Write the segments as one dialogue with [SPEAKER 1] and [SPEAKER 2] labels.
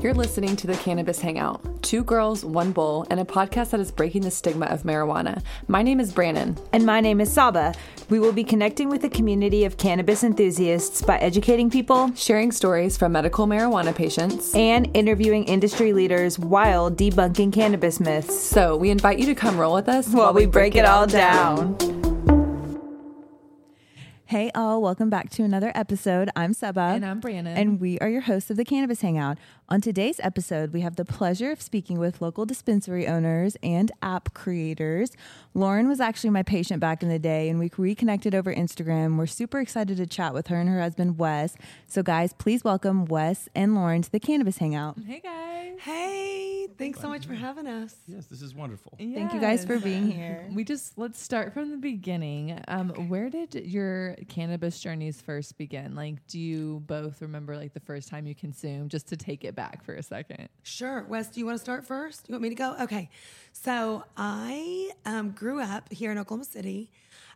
[SPEAKER 1] You're listening to the Cannabis Hangout, two girls, one bowl, and a podcast that is breaking the stigma of marijuana. My name is Brannon.
[SPEAKER 2] And my name is Saba. We will be connecting with a community of cannabis enthusiasts by educating people
[SPEAKER 1] sharing stories from medical marijuana patients.
[SPEAKER 2] and interviewing industry leaders while debunking cannabis myths
[SPEAKER 1] So we invite you to come roll with us
[SPEAKER 2] while we break it all down. Hey, all, welcome back to another episode. I'm Saba.
[SPEAKER 1] And I'm Brannon.
[SPEAKER 2] And we are your hosts of the Cannabis Hangout. On today's episode, we have the pleasure of speaking with local dispensary owners and app creators. Lauren was actually my patient back in the day, and we reconnected over Instagram. We're super excited to chat with her and her husband, Wes. So, guys, please welcome Wes and Lauren to the Cannabis Hangout.
[SPEAKER 1] Hey guys.
[SPEAKER 3] Hey, thanks so much for having us.
[SPEAKER 4] Yes, this is wonderful.
[SPEAKER 2] Thank you guys for being here.
[SPEAKER 1] We just let's start from the beginning. Um, where did your cannabis journeys first begin? Like, do you both remember like the first time you consumed? Just to take it back for a second.
[SPEAKER 3] Sure. Wes, do you want to start first? You want me to go? Okay. So I um, grew up here in Oklahoma City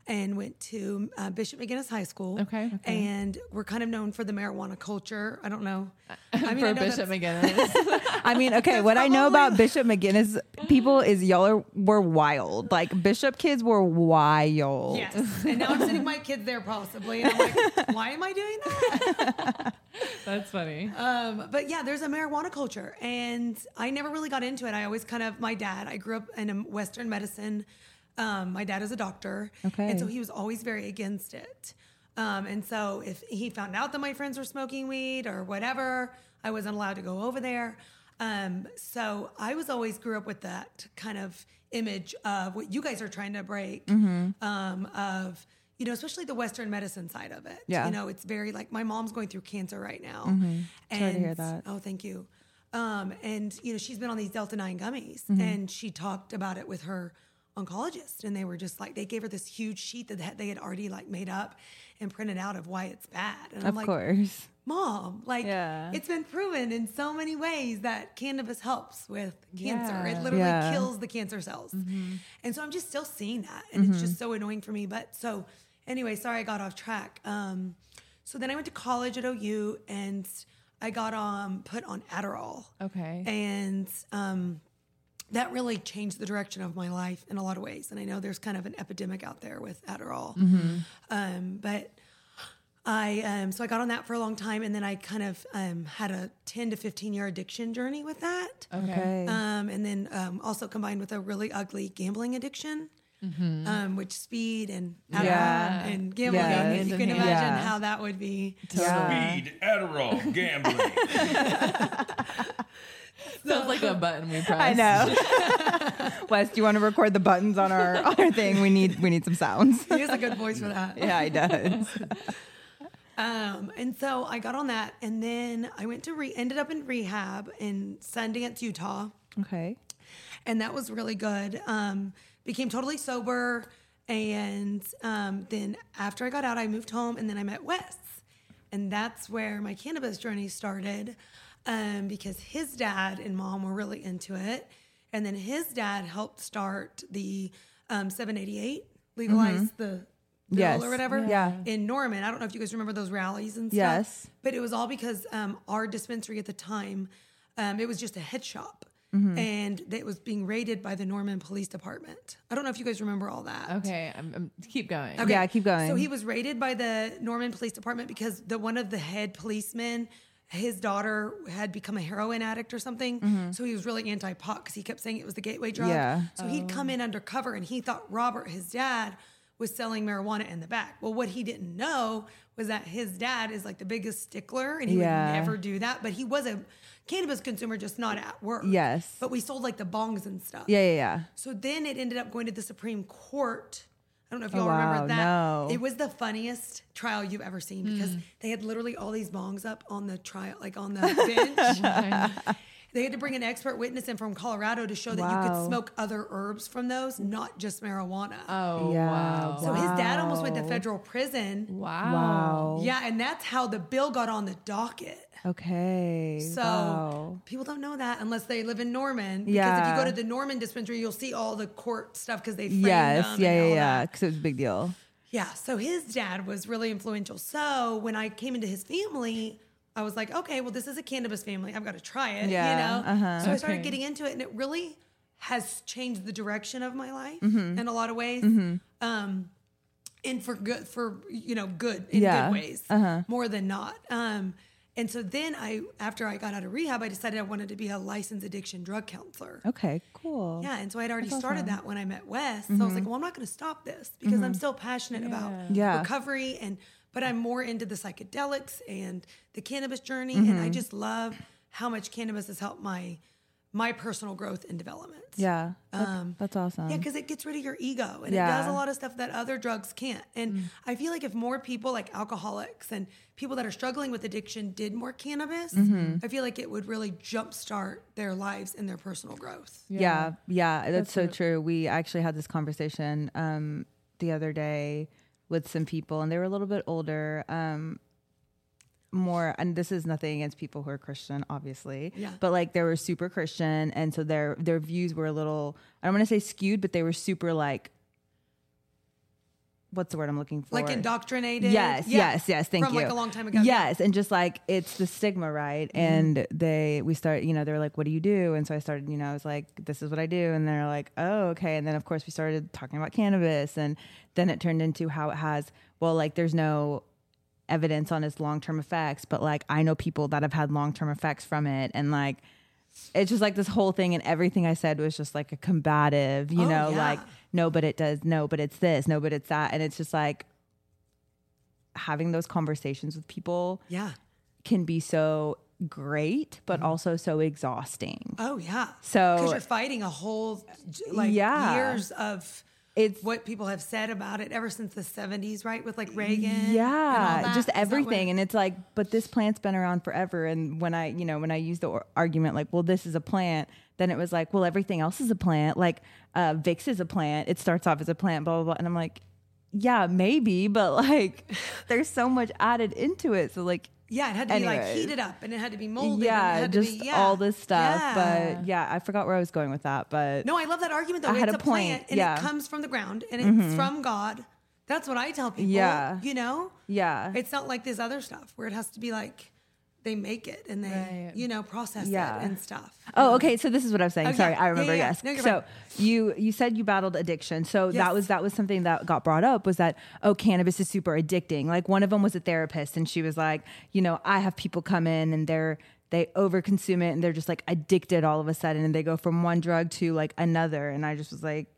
[SPEAKER 3] and went to uh, Bishop McGinnis High School.
[SPEAKER 1] Okay. Okay.
[SPEAKER 3] And we're kind of known for the marijuana culture. I don't know. I
[SPEAKER 1] for
[SPEAKER 3] I know
[SPEAKER 1] Bishop
[SPEAKER 3] that's-
[SPEAKER 1] McGinnis.
[SPEAKER 2] I mean, okay, what I know about Bishop McGinnis people is y'all are, were wild. Like, Bishop kids were wild.
[SPEAKER 3] Yes. And now I'm sending my kids there possibly. And I'm like, why am I doing that?
[SPEAKER 1] That's funny.
[SPEAKER 3] Um, but yeah, there's a marijuana culture, and I never really got into it. I always kind of my dad. I grew up in um, Western medicine. Um, my dad is a doctor,
[SPEAKER 2] Okay.
[SPEAKER 3] and so he was always very against it. Um, and so if he found out that my friends were smoking weed or whatever, I wasn't allowed to go over there. Um, so I was always grew up with that kind of image of what you guys are trying to break
[SPEAKER 2] Mm-hmm.
[SPEAKER 3] um, of you know especially the Western medicine side of it.
[SPEAKER 2] Yeah.
[SPEAKER 3] you know Oh, it's very like my mom's going through cancer right now. And
[SPEAKER 2] Mm-hmm. Sorry to hear that.
[SPEAKER 3] Oh, thank you. Um, and you know, she's been on these Delta nine gummies,
[SPEAKER 2] Mm-hmm.
[SPEAKER 3] and she talked about it with her oncologist, and they were just like, they gave her this huge sheet that had- they had already like made up and printed out of why it's bad. And I'm
[SPEAKER 2] Of
[SPEAKER 3] like,
[SPEAKER 2] course.
[SPEAKER 3] Mom, like
[SPEAKER 2] Yeah.
[SPEAKER 3] it's been proven in so many ways that cannabis helps with cancer. It literally
[SPEAKER 2] Yeah.
[SPEAKER 3] kills the cancer cells. And so I'm just still seeing that. And it's just so annoying for me. But so anyway, sorry I got off track. Um, so then I went to college at OU and I got um, put on Adderall.
[SPEAKER 1] Okay.
[SPEAKER 3] And um, that really changed the direction of my life in a lot of ways. And I know there's kind of an epidemic out there with Adderall. Um, but I, um, so I got on that for a long time. And then I kind of um, had a 10 to 15 year addiction journey with that.
[SPEAKER 2] Okay.
[SPEAKER 3] Um, and then um, also combined with a really ugly gambling addiction, um, which speed and Adderall
[SPEAKER 2] Mm-hmm. Yeah.
[SPEAKER 3] and gambling,
[SPEAKER 2] Yeah,
[SPEAKER 3] if
[SPEAKER 2] hand
[SPEAKER 3] you
[SPEAKER 1] in
[SPEAKER 3] can
[SPEAKER 1] hand.
[SPEAKER 3] imagine
[SPEAKER 2] Yeah.
[SPEAKER 3] how that would be.
[SPEAKER 2] Yeah.
[SPEAKER 4] Speed, Adderall, gambling.
[SPEAKER 1] Sounds like a button we press.
[SPEAKER 2] I know. Wes, do you want to record the buttons on our on our thing? We need we need some sounds.
[SPEAKER 3] He has a good voice for that.
[SPEAKER 2] Yeah, he does.
[SPEAKER 3] Um, and so I got on that, and then I went to re- ended up in rehab in Sundance, Utah,
[SPEAKER 2] Okay.
[SPEAKER 3] and that was really good. Um, became totally sober, and um, then after I got out, I moved home, and then I met Wes, and that's where my cannabis journey started, um, because his dad and mom were really into it, and then his dad helped start the um, 788 legalize the bill
[SPEAKER 2] Mm-hmm. Yes.
[SPEAKER 3] or whatever
[SPEAKER 2] Yeah.
[SPEAKER 3] in Norman. I don't know if you guys remember those rallies and stuff.
[SPEAKER 2] Yes.
[SPEAKER 3] But it was all because um, our dispensary at the time, um, it was just a head shop. And it was being raided by the Norman Police Department. I don't know if you guys remember all that.
[SPEAKER 1] Okay. I'm, I'm, keep going.
[SPEAKER 3] Okay.
[SPEAKER 2] Yeah, keep going.
[SPEAKER 3] So he was raided by the Norman Police Department because the one of the head policemen, his daughter had become a heroin addict or something. So he was really anti pot because he kept saying it was the gateway drug.
[SPEAKER 2] Mm-hmm. Yeah.
[SPEAKER 3] So he'd come in undercover and he thought Robert, his dad, was selling marijuana in the back. Well, what he didn't know was that his dad is like the biggest stickler and he
[SPEAKER 2] Yeah.
[SPEAKER 3] would never do that. But he was a cannabis consumer, just not at work.
[SPEAKER 2] Yes.
[SPEAKER 3] But we sold like the bongs and stuff.
[SPEAKER 2] Yeah, yeah, yeah.
[SPEAKER 3] So then it ended up going to the Supreme Court. I don't know if
[SPEAKER 2] Oh,
[SPEAKER 3] y'all
[SPEAKER 2] wow,
[SPEAKER 3] remember that.
[SPEAKER 2] no. Mm.
[SPEAKER 3] It was the funniest trial you've ever seen because they had literally all these bongs up on the trial, like on the bench. They had to bring an expert witness in from Colorado to show that you
[SPEAKER 2] Wow.
[SPEAKER 3] could smoke other herbs from those, not just marijuana.
[SPEAKER 1] Oh
[SPEAKER 2] Yeah,
[SPEAKER 1] wow.
[SPEAKER 3] so his dad almost went to
[SPEAKER 2] wow.
[SPEAKER 3] federal prison.
[SPEAKER 1] wow.
[SPEAKER 2] Wow.
[SPEAKER 3] Yeah, and that's how the bill got on the docket.
[SPEAKER 2] Okay.
[SPEAKER 3] So
[SPEAKER 2] wow.
[SPEAKER 3] people don't know that unless they live in Norman. Because if
[SPEAKER 2] Yeah.
[SPEAKER 3] you go to the Norman dispensary, you'll see all the court stuff because they framed
[SPEAKER 2] Yes.
[SPEAKER 3] them.
[SPEAKER 2] Yeah.
[SPEAKER 3] and
[SPEAKER 2] Yeah.
[SPEAKER 3] all
[SPEAKER 2] Yeah.
[SPEAKER 3] that.
[SPEAKER 2] Because it was a big deal.
[SPEAKER 3] Yeah. So his dad was really influential. So when I came into his family, I was like, okay, well, this is a cannabis family. I've got to try it.
[SPEAKER 2] Yeah,
[SPEAKER 3] You know?
[SPEAKER 2] uh-huh.
[SPEAKER 3] So I started
[SPEAKER 1] Okay.
[SPEAKER 3] getting into it and it really has changed the direction of my life
[SPEAKER 2] Mm-hmm.
[SPEAKER 3] in a lot of ways. Um, and for good, for, you know, good in
[SPEAKER 2] Yeah, Uh-huh.
[SPEAKER 3] good ways more than not. Um, and so then I, after I got out of rehab, I decided I wanted to be a licensed addiction drug counselor.
[SPEAKER 2] Okay. Cool.
[SPEAKER 3] Yeah, and so I'd already started that when I met Wes. So I was like, well, I'm not going to stop this because I'm still passionate about
[SPEAKER 2] Mm-hmm. Yeah.
[SPEAKER 3] recovery and but I'm more into the psychedelics and the cannabis journey and
[SPEAKER 2] Mm-hmm.
[SPEAKER 3] I just love how much cannabis has helped my my personal growth and development. Um,
[SPEAKER 2] Yeah. That's, that's awesome.
[SPEAKER 3] Yeah, because it gets rid of your ego and it
[SPEAKER 2] Yeah.
[SPEAKER 3] does
[SPEAKER 2] Mm.
[SPEAKER 3] a lot of stuff that other drugs can't. And I feel like if more people like alcoholics and people that are struggling with addiction did more cannabis,
[SPEAKER 2] Mm-hmm.
[SPEAKER 3] I feel like it would really jumpstart their lives and their personal growth.
[SPEAKER 2] Yeah, yeah, that's, so true. We actually had this conversation um, the other day with some people, and they were a little bit older. Um, more, and this is nothing against people who are Christian, obviously,
[SPEAKER 3] Yeah.
[SPEAKER 2] but like they were super Christian, and so their their views were a little. I don't want to say skewed, but they were super like. What's the word I'm looking for?
[SPEAKER 3] like indoctrinated.
[SPEAKER 2] Yes,
[SPEAKER 3] Yeah.
[SPEAKER 2] yes, yes. Thank
[SPEAKER 3] From
[SPEAKER 2] you.
[SPEAKER 3] like a long time ago. Mm-hmm.
[SPEAKER 2] Yes, and just like it's the stigma, right? And they we start, you know, they were like, "What do you do?" And so I started, you know, I was like, "This is what I do," and they're like, "Oh, okay." And then of course we started talking about cannabis, and then it turned into how it has. Well, like there's no evidence on its long term effects, but like I know people that have had long term effects from it, and like. It's just like this whole thing, and everything I said was just like a combative, you
[SPEAKER 3] Oh,
[SPEAKER 2] know,
[SPEAKER 3] yeah.
[SPEAKER 2] like, no, but it does, no, but it's this, no, but it's that. And it's just like, having those conversations with people
[SPEAKER 3] Yeah.
[SPEAKER 2] can be so great, but
[SPEAKER 3] Mm-hmm.
[SPEAKER 2] also so exhausting.
[SPEAKER 3] Oh yeah.
[SPEAKER 2] So-
[SPEAKER 3] because you're fighting a whole j- like
[SPEAKER 2] Yeah.
[SPEAKER 3] years of
[SPEAKER 2] It's
[SPEAKER 3] what people have said about it ever since the 70s, right? With like Reagan. and all
[SPEAKER 2] yeah,
[SPEAKER 3] that.
[SPEAKER 2] just
[SPEAKER 3] Is that
[SPEAKER 2] everything.
[SPEAKER 3] what-
[SPEAKER 2] And it's like, but this plant's been around forever. And when I, you know, when I use the or- argument like, well, this is a plant, then it was like, well, everything else is a plant. Like, uh, Vicks is a plant. It starts off as a plant, blah, blah, blah. And I'm like, yeah, maybe, but like, there's so much added into it. So, like,
[SPEAKER 3] yeah, it had to be like
[SPEAKER 2] Anyways.
[SPEAKER 3] heated up and it had to be molded. and it
[SPEAKER 2] yeah,
[SPEAKER 3] had to be-
[SPEAKER 2] just
[SPEAKER 3] yeah.
[SPEAKER 2] all this stuff.
[SPEAKER 3] Yeah.
[SPEAKER 2] But yeah, I forgot where I was going with that. But
[SPEAKER 3] no, I love that argument though.
[SPEAKER 2] I had
[SPEAKER 3] it's
[SPEAKER 2] a
[SPEAKER 3] a
[SPEAKER 2] point,
[SPEAKER 3] plant and
[SPEAKER 2] yeah. Mm-hmm.
[SPEAKER 3] it comes from the ground and it's from God. That's what I tell people.
[SPEAKER 2] Yeah.
[SPEAKER 3] You know?
[SPEAKER 2] yeah.
[SPEAKER 3] It's not like this other stuff where it has to be like they make it and they,
[SPEAKER 1] Right.
[SPEAKER 3] you know, process
[SPEAKER 2] Yeah.
[SPEAKER 3] it and stuff.
[SPEAKER 2] Oh, okay. So this is what I was saying.
[SPEAKER 3] Okay.
[SPEAKER 2] Sorry, I
[SPEAKER 3] Yeah,
[SPEAKER 2] remember.
[SPEAKER 3] yeah, yeah.
[SPEAKER 2] Yes.
[SPEAKER 3] No, you're
[SPEAKER 2] so
[SPEAKER 3] fine.
[SPEAKER 2] you you said you battled addiction. So that
[SPEAKER 3] Yes.
[SPEAKER 2] was that was something that got brought up was that oh cannabis is super addicting. Like one of them was a therapist and she was like, you know, I have people come in and they're they overconsume it and they're just like addicted all of a sudden and they go from one drug to like another and I just was like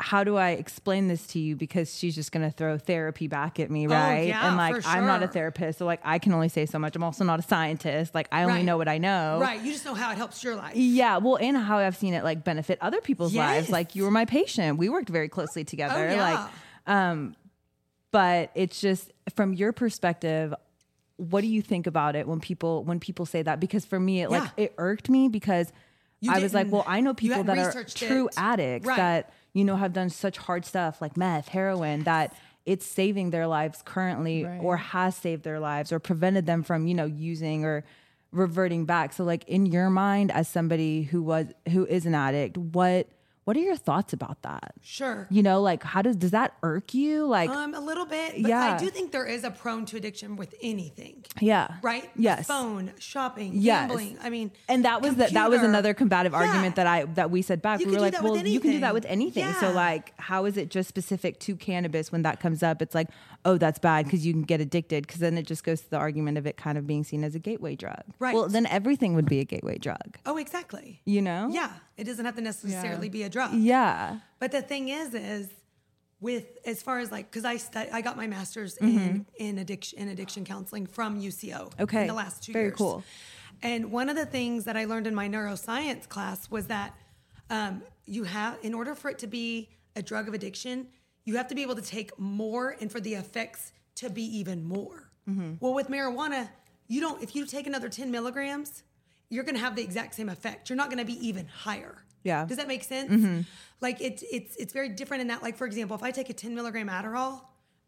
[SPEAKER 2] how do I explain this to you? Because she's just gonna throw therapy back at me, right?
[SPEAKER 3] Oh, yeah,
[SPEAKER 2] and like
[SPEAKER 3] for
[SPEAKER 2] I'm not a
[SPEAKER 3] sure.
[SPEAKER 2] therapist, so like I can only say so much. I'm also not a scientist. Like I only
[SPEAKER 3] Right.
[SPEAKER 2] know what I know.
[SPEAKER 3] Right. You just know how it helps your life.
[SPEAKER 2] Yeah, well, and how I've seen it like benefit other people's lives.
[SPEAKER 3] Yes.
[SPEAKER 2] Like you were my patient. We worked very closely together.
[SPEAKER 3] Oh, yeah.
[SPEAKER 2] Like but it's just from your perspective, what do you think about it when people when people say that? Because for me it like
[SPEAKER 3] Yeah.
[SPEAKER 2] it irked me because
[SPEAKER 3] You
[SPEAKER 2] I was like,
[SPEAKER 3] didn't-
[SPEAKER 2] well, I know
[SPEAKER 3] you
[SPEAKER 2] people
[SPEAKER 3] hadn't
[SPEAKER 2] that are
[SPEAKER 3] researched
[SPEAKER 2] true
[SPEAKER 3] it.
[SPEAKER 2] addicts
[SPEAKER 3] Right.
[SPEAKER 2] that, you know, have done such hard stuff like meth, heroin, that it's saving their lives currently
[SPEAKER 1] Right.
[SPEAKER 2] or has saved their lives or prevented them from, you know, using or reverting back. So like in your mind as somebody who was who is an addict, what what are your thoughts about that?
[SPEAKER 3] Sure.
[SPEAKER 2] You know, like how does does that irk you? Like
[SPEAKER 3] Um, a little bit. But
[SPEAKER 2] Yeah.
[SPEAKER 3] I do think there is a prone to addiction with anything.
[SPEAKER 2] Yeah.
[SPEAKER 3] Right? The
[SPEAKER 2] Yes.
[SPEAKER 3] phone, shopping,
[SPEAKER 2] Yes.
[SPEAKER 3] gambling. I mean,
[SPEAKER 2] And that was the, that was
[SPEAKER 3] computer.
[SPEAKER 2] another combative
[SPEAKER 3] Yeah.
[SPEAKER 2] argument that I that we said back.
[SPEAKER 3] You
[SPEAKER 2] we
[SPEAKER 3] could
[SPEAKER 2] were
[SPEAKER 3] do
[SPEAKER 2] like,
[SPEAKER 3] that with
[SPEAKER 2] well, you can do that
[SPEAKER 3] anything.
[SPEAKER 2] with anything. So
[SPEAKER 3] Yeah.
[SPEAKER 2] like, how is it just specific to cannabis when that comes up? It's like, oh, that's bad because you can get addicted. Because then it just goes to the argument of it kind of being seen as a gateway drug.
[SPEAKER 3] Right.
[SPEAKER 2] Well, then everything would be a gateway drug.
[SPEAKER 3] Oh, exactly.
[SPEAKER 2] You know.
[SPEAKER 3] Yeah. It doesn't have to necessarily be a drug.
[SPEAKER 2] Yeah.
[SPEAKER 3] But the thing is, is with as far as like, because I stu- I got my master's
[SPEAKER 2] Mm-hmm.
[SPEAKER 3] in in addiction in addiction counseling from UCO.
[SPEAKER 2] Okay.
[SPEAKER 3] in the last two
[SPEAKER 2] Very
[SPEAKER 3] years.
[SPEAKER 2] cool.
[SPEAKER 3] And one of the things that I learned in my neuroscience class was that um, you have, in order for it to be a drug of addiction, you have to be able to take more, and for the effects to
[SPEAKER 2] Mm-hmm.
[SPEAKER 3] be even more. Well, with marijuana, you don't. If you take another ten milligrams, you're going to have the exact same effect. You're not going to be even higher.
[SPEAKER 2] Yeah. Mm-hmm.
[SPEAKER 3] Does that make sense? Like it's it's it's very different in that. Like for example, if I take a 10 milligram Adderall,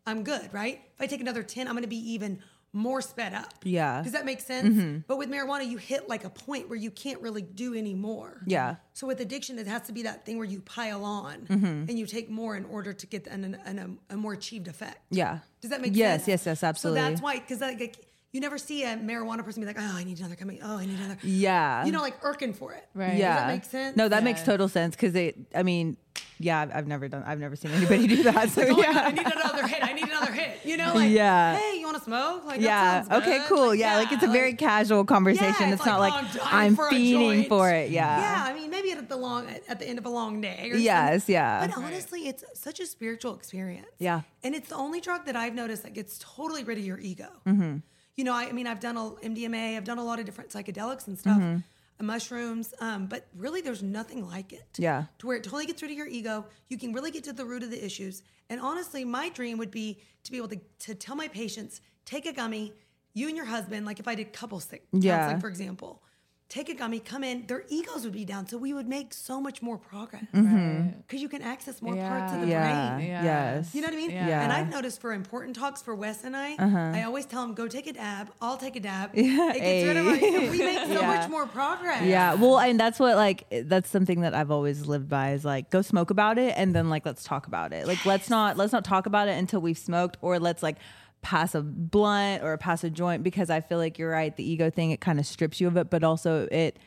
[SPEAKER 3] I'm good, right? If I take another 10, I'm going to be even more sped up.
[SPEAKER 2] Yeah.
[SPEAKER 3] Does that make sense?
[SPEAKER 2] Mm-hmm.
[SPEAKER 3] But with marijuana, you hit like a point where you can't really do any more.
[SPEAKER 2] Yeah. Mm-hmm.
[SPEAKER 3] So with addiction, it has to be that thing where you pile on and you take more in order to get an, an, an, a more achieved effect.
[SPEAKER 2] Yeah.
[SPEAKER 3] Does that make
[SPEAKER 2] Yes,
[SPEAKER 3] sense?
[SPEAKER 2] yes, yes, absolutely.
[SPEAKER 3] So that's why, because like, like, you never see a marijuana person be like, oh, I need another coming. Oh, I need another.
[SPEAKER 2] Yeah.
[SPEAKER 3] You know, like irking for it.
[SPEAKER 1] Right.
[SPEAKER 2] yeah.
[SPEAKER 3] Does that make sense?
[SPEAKER 2] No, that
[SPEAKER 1] Yeah.
[SPEAKER 2] makes total sense because it. I mean, yeah, I've, I've never done. I've never seen anybody do that. So
[SPEAKER 3] Oh my
[SPEAKER 2] yeah.
[SPEAKER 3] God, I need another hit. I need another hit. You know, like,
[SPEAKER 2] Yeah.
[SPEAKER 3] hey, you want to smoke? Like, that
[SPEAKER 2] yeah.
[SPEAKER 3] sounds
[SPEAKER 2] Okay.
[SPEAKER 3] good.
[SPEAKER 2] Cool. yeah, Like it's a very casual conversation.
[SPEAKER 3] Yeah,
[SPEAKER 2] it's,
[SPEAKER 3] it's
[SPEAKER 2] not
[SPEAKER 3] like,
[SPEAKER 2] like
[SPEAKER 3] oh, I'm dying
[SPEAKER 2] I'm
[SPEAKER 3] for a
[SPEAKER 2] fiending
[SPEAKER 3] joint.
[SPEAKER 2] for it.
[SPEAKER 3] Yeah,
[SPEAKER 2] Yeah.
[SPEAKER 3] I mean, maybe at the long at the end of a long day. Or
[SPEAKER 2] Yes.
[SPEAKER 3] something.
[SPEAKER 2] Yeah.
[SPEAKER 3] But honestly, it's such a spiritual experience.
[SPEAKER 2] Yeah.
[SPEAKER 3] And it's the only drug that I've noticed that gets totally rid of your ego.
[SPEAKER 2] Mm-hmm.
[SPEAKER 3] You know, I, I mean, I've done a MDMA, I've done a lot of different psychedelics and stuff,
[SPEAKER 2] Mm-hmm.
[SPEAKER 3] and mushrooms, um, but really, there's nothing like it.
[SPEAKER 2] Yeah.
[SPEAKER 3] To where it totally gets rid of your ego. You can really get to the root of the issues. And honestly, my dream would be to be able to, to tell my patients, take a gummy, you and your husband, like if I did couple sick
[SPEAKER 2] Yeah.
[SPEAKER 3] counseling, for example, take a gummy, come in, their egos would be down. So we would make so much more progress because
[SPEAKER 2] Mm-hmm.
[SPEAKER 3] you can access more parts of the
[SPEAKER 2] Yeah.
[SPEAKER 3] brain.
[SPEAKER 1] Yeah.
[SPEAKER 2] Yes.
[SPEAKER 3] You know what I mean?
[SPEAKER 1] Yeah.
[SPEAKER 2] Yeah. Uh-huh.
[SPEAKER 3] And I've noticed for important talks for Wes and I, I always tell him, go take a dab. I'll take a dab. It gets rid of our, we make so
[SPEAKER 2] Yeah.
[SPEAKER 3] much more progress.
[SPEAKER 2] Yeah. Well, and that's what like that's something that I've always lived by is like go smoke about it and then like let's talk about it. Like let's not let's not talk about it until we've smoked or let's like pass a blunt or pass a joint because I feel like you're right, the ego thing it kind of strips you of it, but also it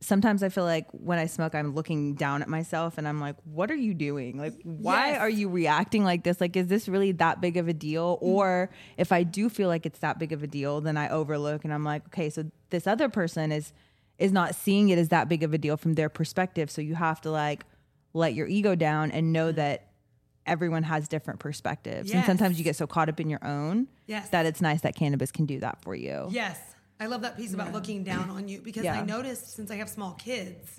[SPEAKER 2] sometimes I feel like when I smoke, I'm looking down at myself and I'm like, what are you doing? Like, why
[SPEAKER 3] Yes.
[SPEAKER 2] are you reacting like this? Like, is this really that big of a deal?
[SPEAKER 3] Mm-hmm.
[SPEAKER 2] Or if I do feel like it's that big of a deal, then I overlook and I'm like, okay, so this other person is is not seeing it as that big of a deal from their perspective. So you have to like let your ego down and
[SPEAKER 3] Mm-hmm.
[SPEAKER 2] know that everyone has different perspectives. And
[SPEAKER 3] Yes.
[SPEAKER 2] sometimes you get so caught up in your own
[SPEAKER 3] Yes.
[SPEAKER 2] that it's nice that cannabis can do that for you.
[SPEAKER 3] Yes. I love that piece about looking down on you because
[SPEAKER 2] Yeah. Mm-hmm.
[SPEAKER 3] I noticed since I have small kids,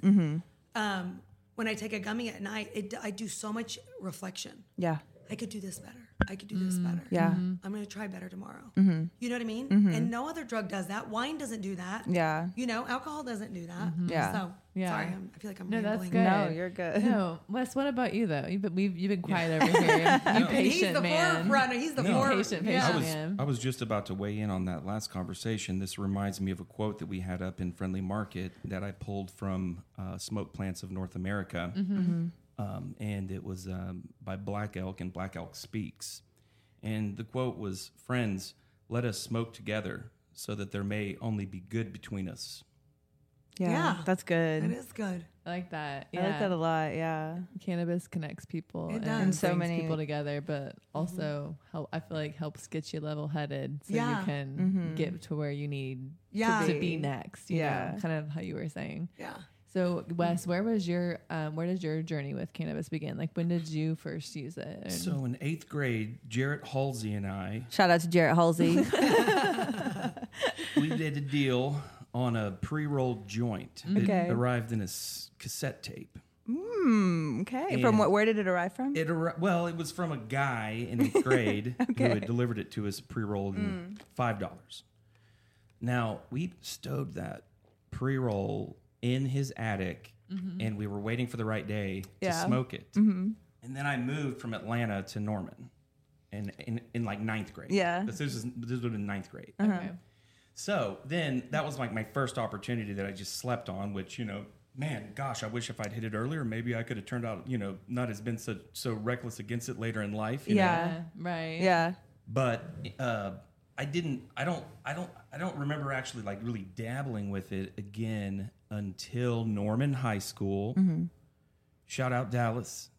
[SPEAKER 3] um, when I take a gummy at night, it, I do so much reflection.
[SPEAKER 2] Yeah.
[SPEAKER 3] I could do this better. I could do this better.
[SPEAKER 2] Yeah.
[SPEAKER 1] Mm-hmm.
[SPEAKER 2] Mm-hmm. Mhm.
[SPEAKER 3] I'm going to try better tomorrow. You know what I mean? And no other drug does that. Wine doesn't do that.
[SPEAKER 2] Yeah.
[SPEAKER 3] You know, alcohol doesn't do that.
[SPEAKER 2] Yeah.
[SPEAKER 3] So,
[SPEAKER 1] Mm-hmm. Yeah.
[SPEAKER 3] sorry, I'm, I feel like I'm
[SPEAKER 1] No, that's
[SPEAKER 3] rambling.
[SPEAKER 1] good.
[SPEAKER 2] No, you're good.
[SPEAKER 1] No, Wes. What about you though? You've been, we've, you've been quiet over here. You
[SPEAKER 3] And he's
[SPEAKER 1] patient
[SPEAKER 3] the
[SPEAKER 1] man.
[SPEAKER 3] forerunner. He's the
[SPEAKER 4] No.
[SPEAKER 3] forerunner.
[SPEAKER 1] Patient,
[SPEAKER 3] Yeah.
[SPEAKER 1] patient.
[SPEAKER 4] I was
[SPEAKER 1] man.
[SPEAKER 4] I was just about to weigh in on that last conversation. This reminds me of a quote that we had up in Friendly Market that I pulled from uh, Smoke Plants of North America,
[SPEAKER 3] Mm-hmm.
[SPEAKER 4] um, and it was um, by Black Elk and Black Elk Speaks, and the quote was, "Friends, let us smoke together, so that there may only be good between us."
[SPEAKER 2] Yeah.
[SPEAKER 3] Yeah.
[SPEAKER 2] That's good.
[SPEAKER 3] That is good.
[SPEAKER 1] I like that.
[SPEAKER 2] I like
[SPEAKER 1] Yeah.
[SPEAKER 2] that a lot. Yeah.
[SPEAKER 1] Cannabis connects people
[SPEAKER 3] It
[SPEAKER 1] and,
[SPEAKER 3] does. And
[SPEAKER 2] so
[SPEAKER 1] brings
[SPEAKER 2] many-
[SPEAKER 1] people together, but also help. I feel like helps get you level headed, so
[SPEAKER 3] Yeah.
[SPEAKER 1] you can get to where you need
[SPEAKER 3] Yeah.
[SPEAKER 1] to, to be next. You
[SPEAKER 2] Yeah.
[SPEAKER 1] know, kind of how you were saying.
[SPEAKER 3] Yeah.
[SPEAKER 1] So Wes, where was your um, where did your journey with cannabis begin? Like when did you first use it? And-
[SPEAKER 4] So in eighth grade, Jarrett Halsey and I
[SPEAKER 2] Shout out to Jarrett Halsey.
[SPEAKER 4] we did a deal on a pre-rolled joint.
[SPEAKER 2] Okay.
[SPEAKER 4] It arrived in a s- cassette tape.
[SPEAKER 2] Mm, okay. From what? Where did it arrive from?
[SPEAKER 4] It arri- well, it was from a guy in eighth grade who had delivered it to us pre-rolled
[SPEAKER 2] Mm.
[SPEAKER 4] in five dollars. Now we stowed that pre-roll in his attic, and we were waiting for the right day
[SPEAKER 2] Mm-hmm. Yeah. Mm-hmm.
[SPEAKER 4] to smoke it. And then I moved from Atlanta to Norman, and in, in like ninth grade.
[SPEAKER 2] Yeah. Uh-huh.
[SPEAKER 4] this was this would have been ninth grade.
[SPEAKER 1] okay.
[SPEAKER 4] So then that was like my first opportunity that I just slept on, which, you know, man, gosh, I wish if I'd hit it earlier, maybe I could have turned out, you know, not as been so, so reckless against it later in life. you know?
[SPEAKER 3] uh,
[SPEAKER 2] Yeah.
[SPEAKER 1] Yeah, right.
[SPEAKER 2] yeah.
[SPEAKER 4] But, uh, I didn't, I don't, I don't, I don't remember actually like really dabbling with it again until Norman High School. Shout out Dallas.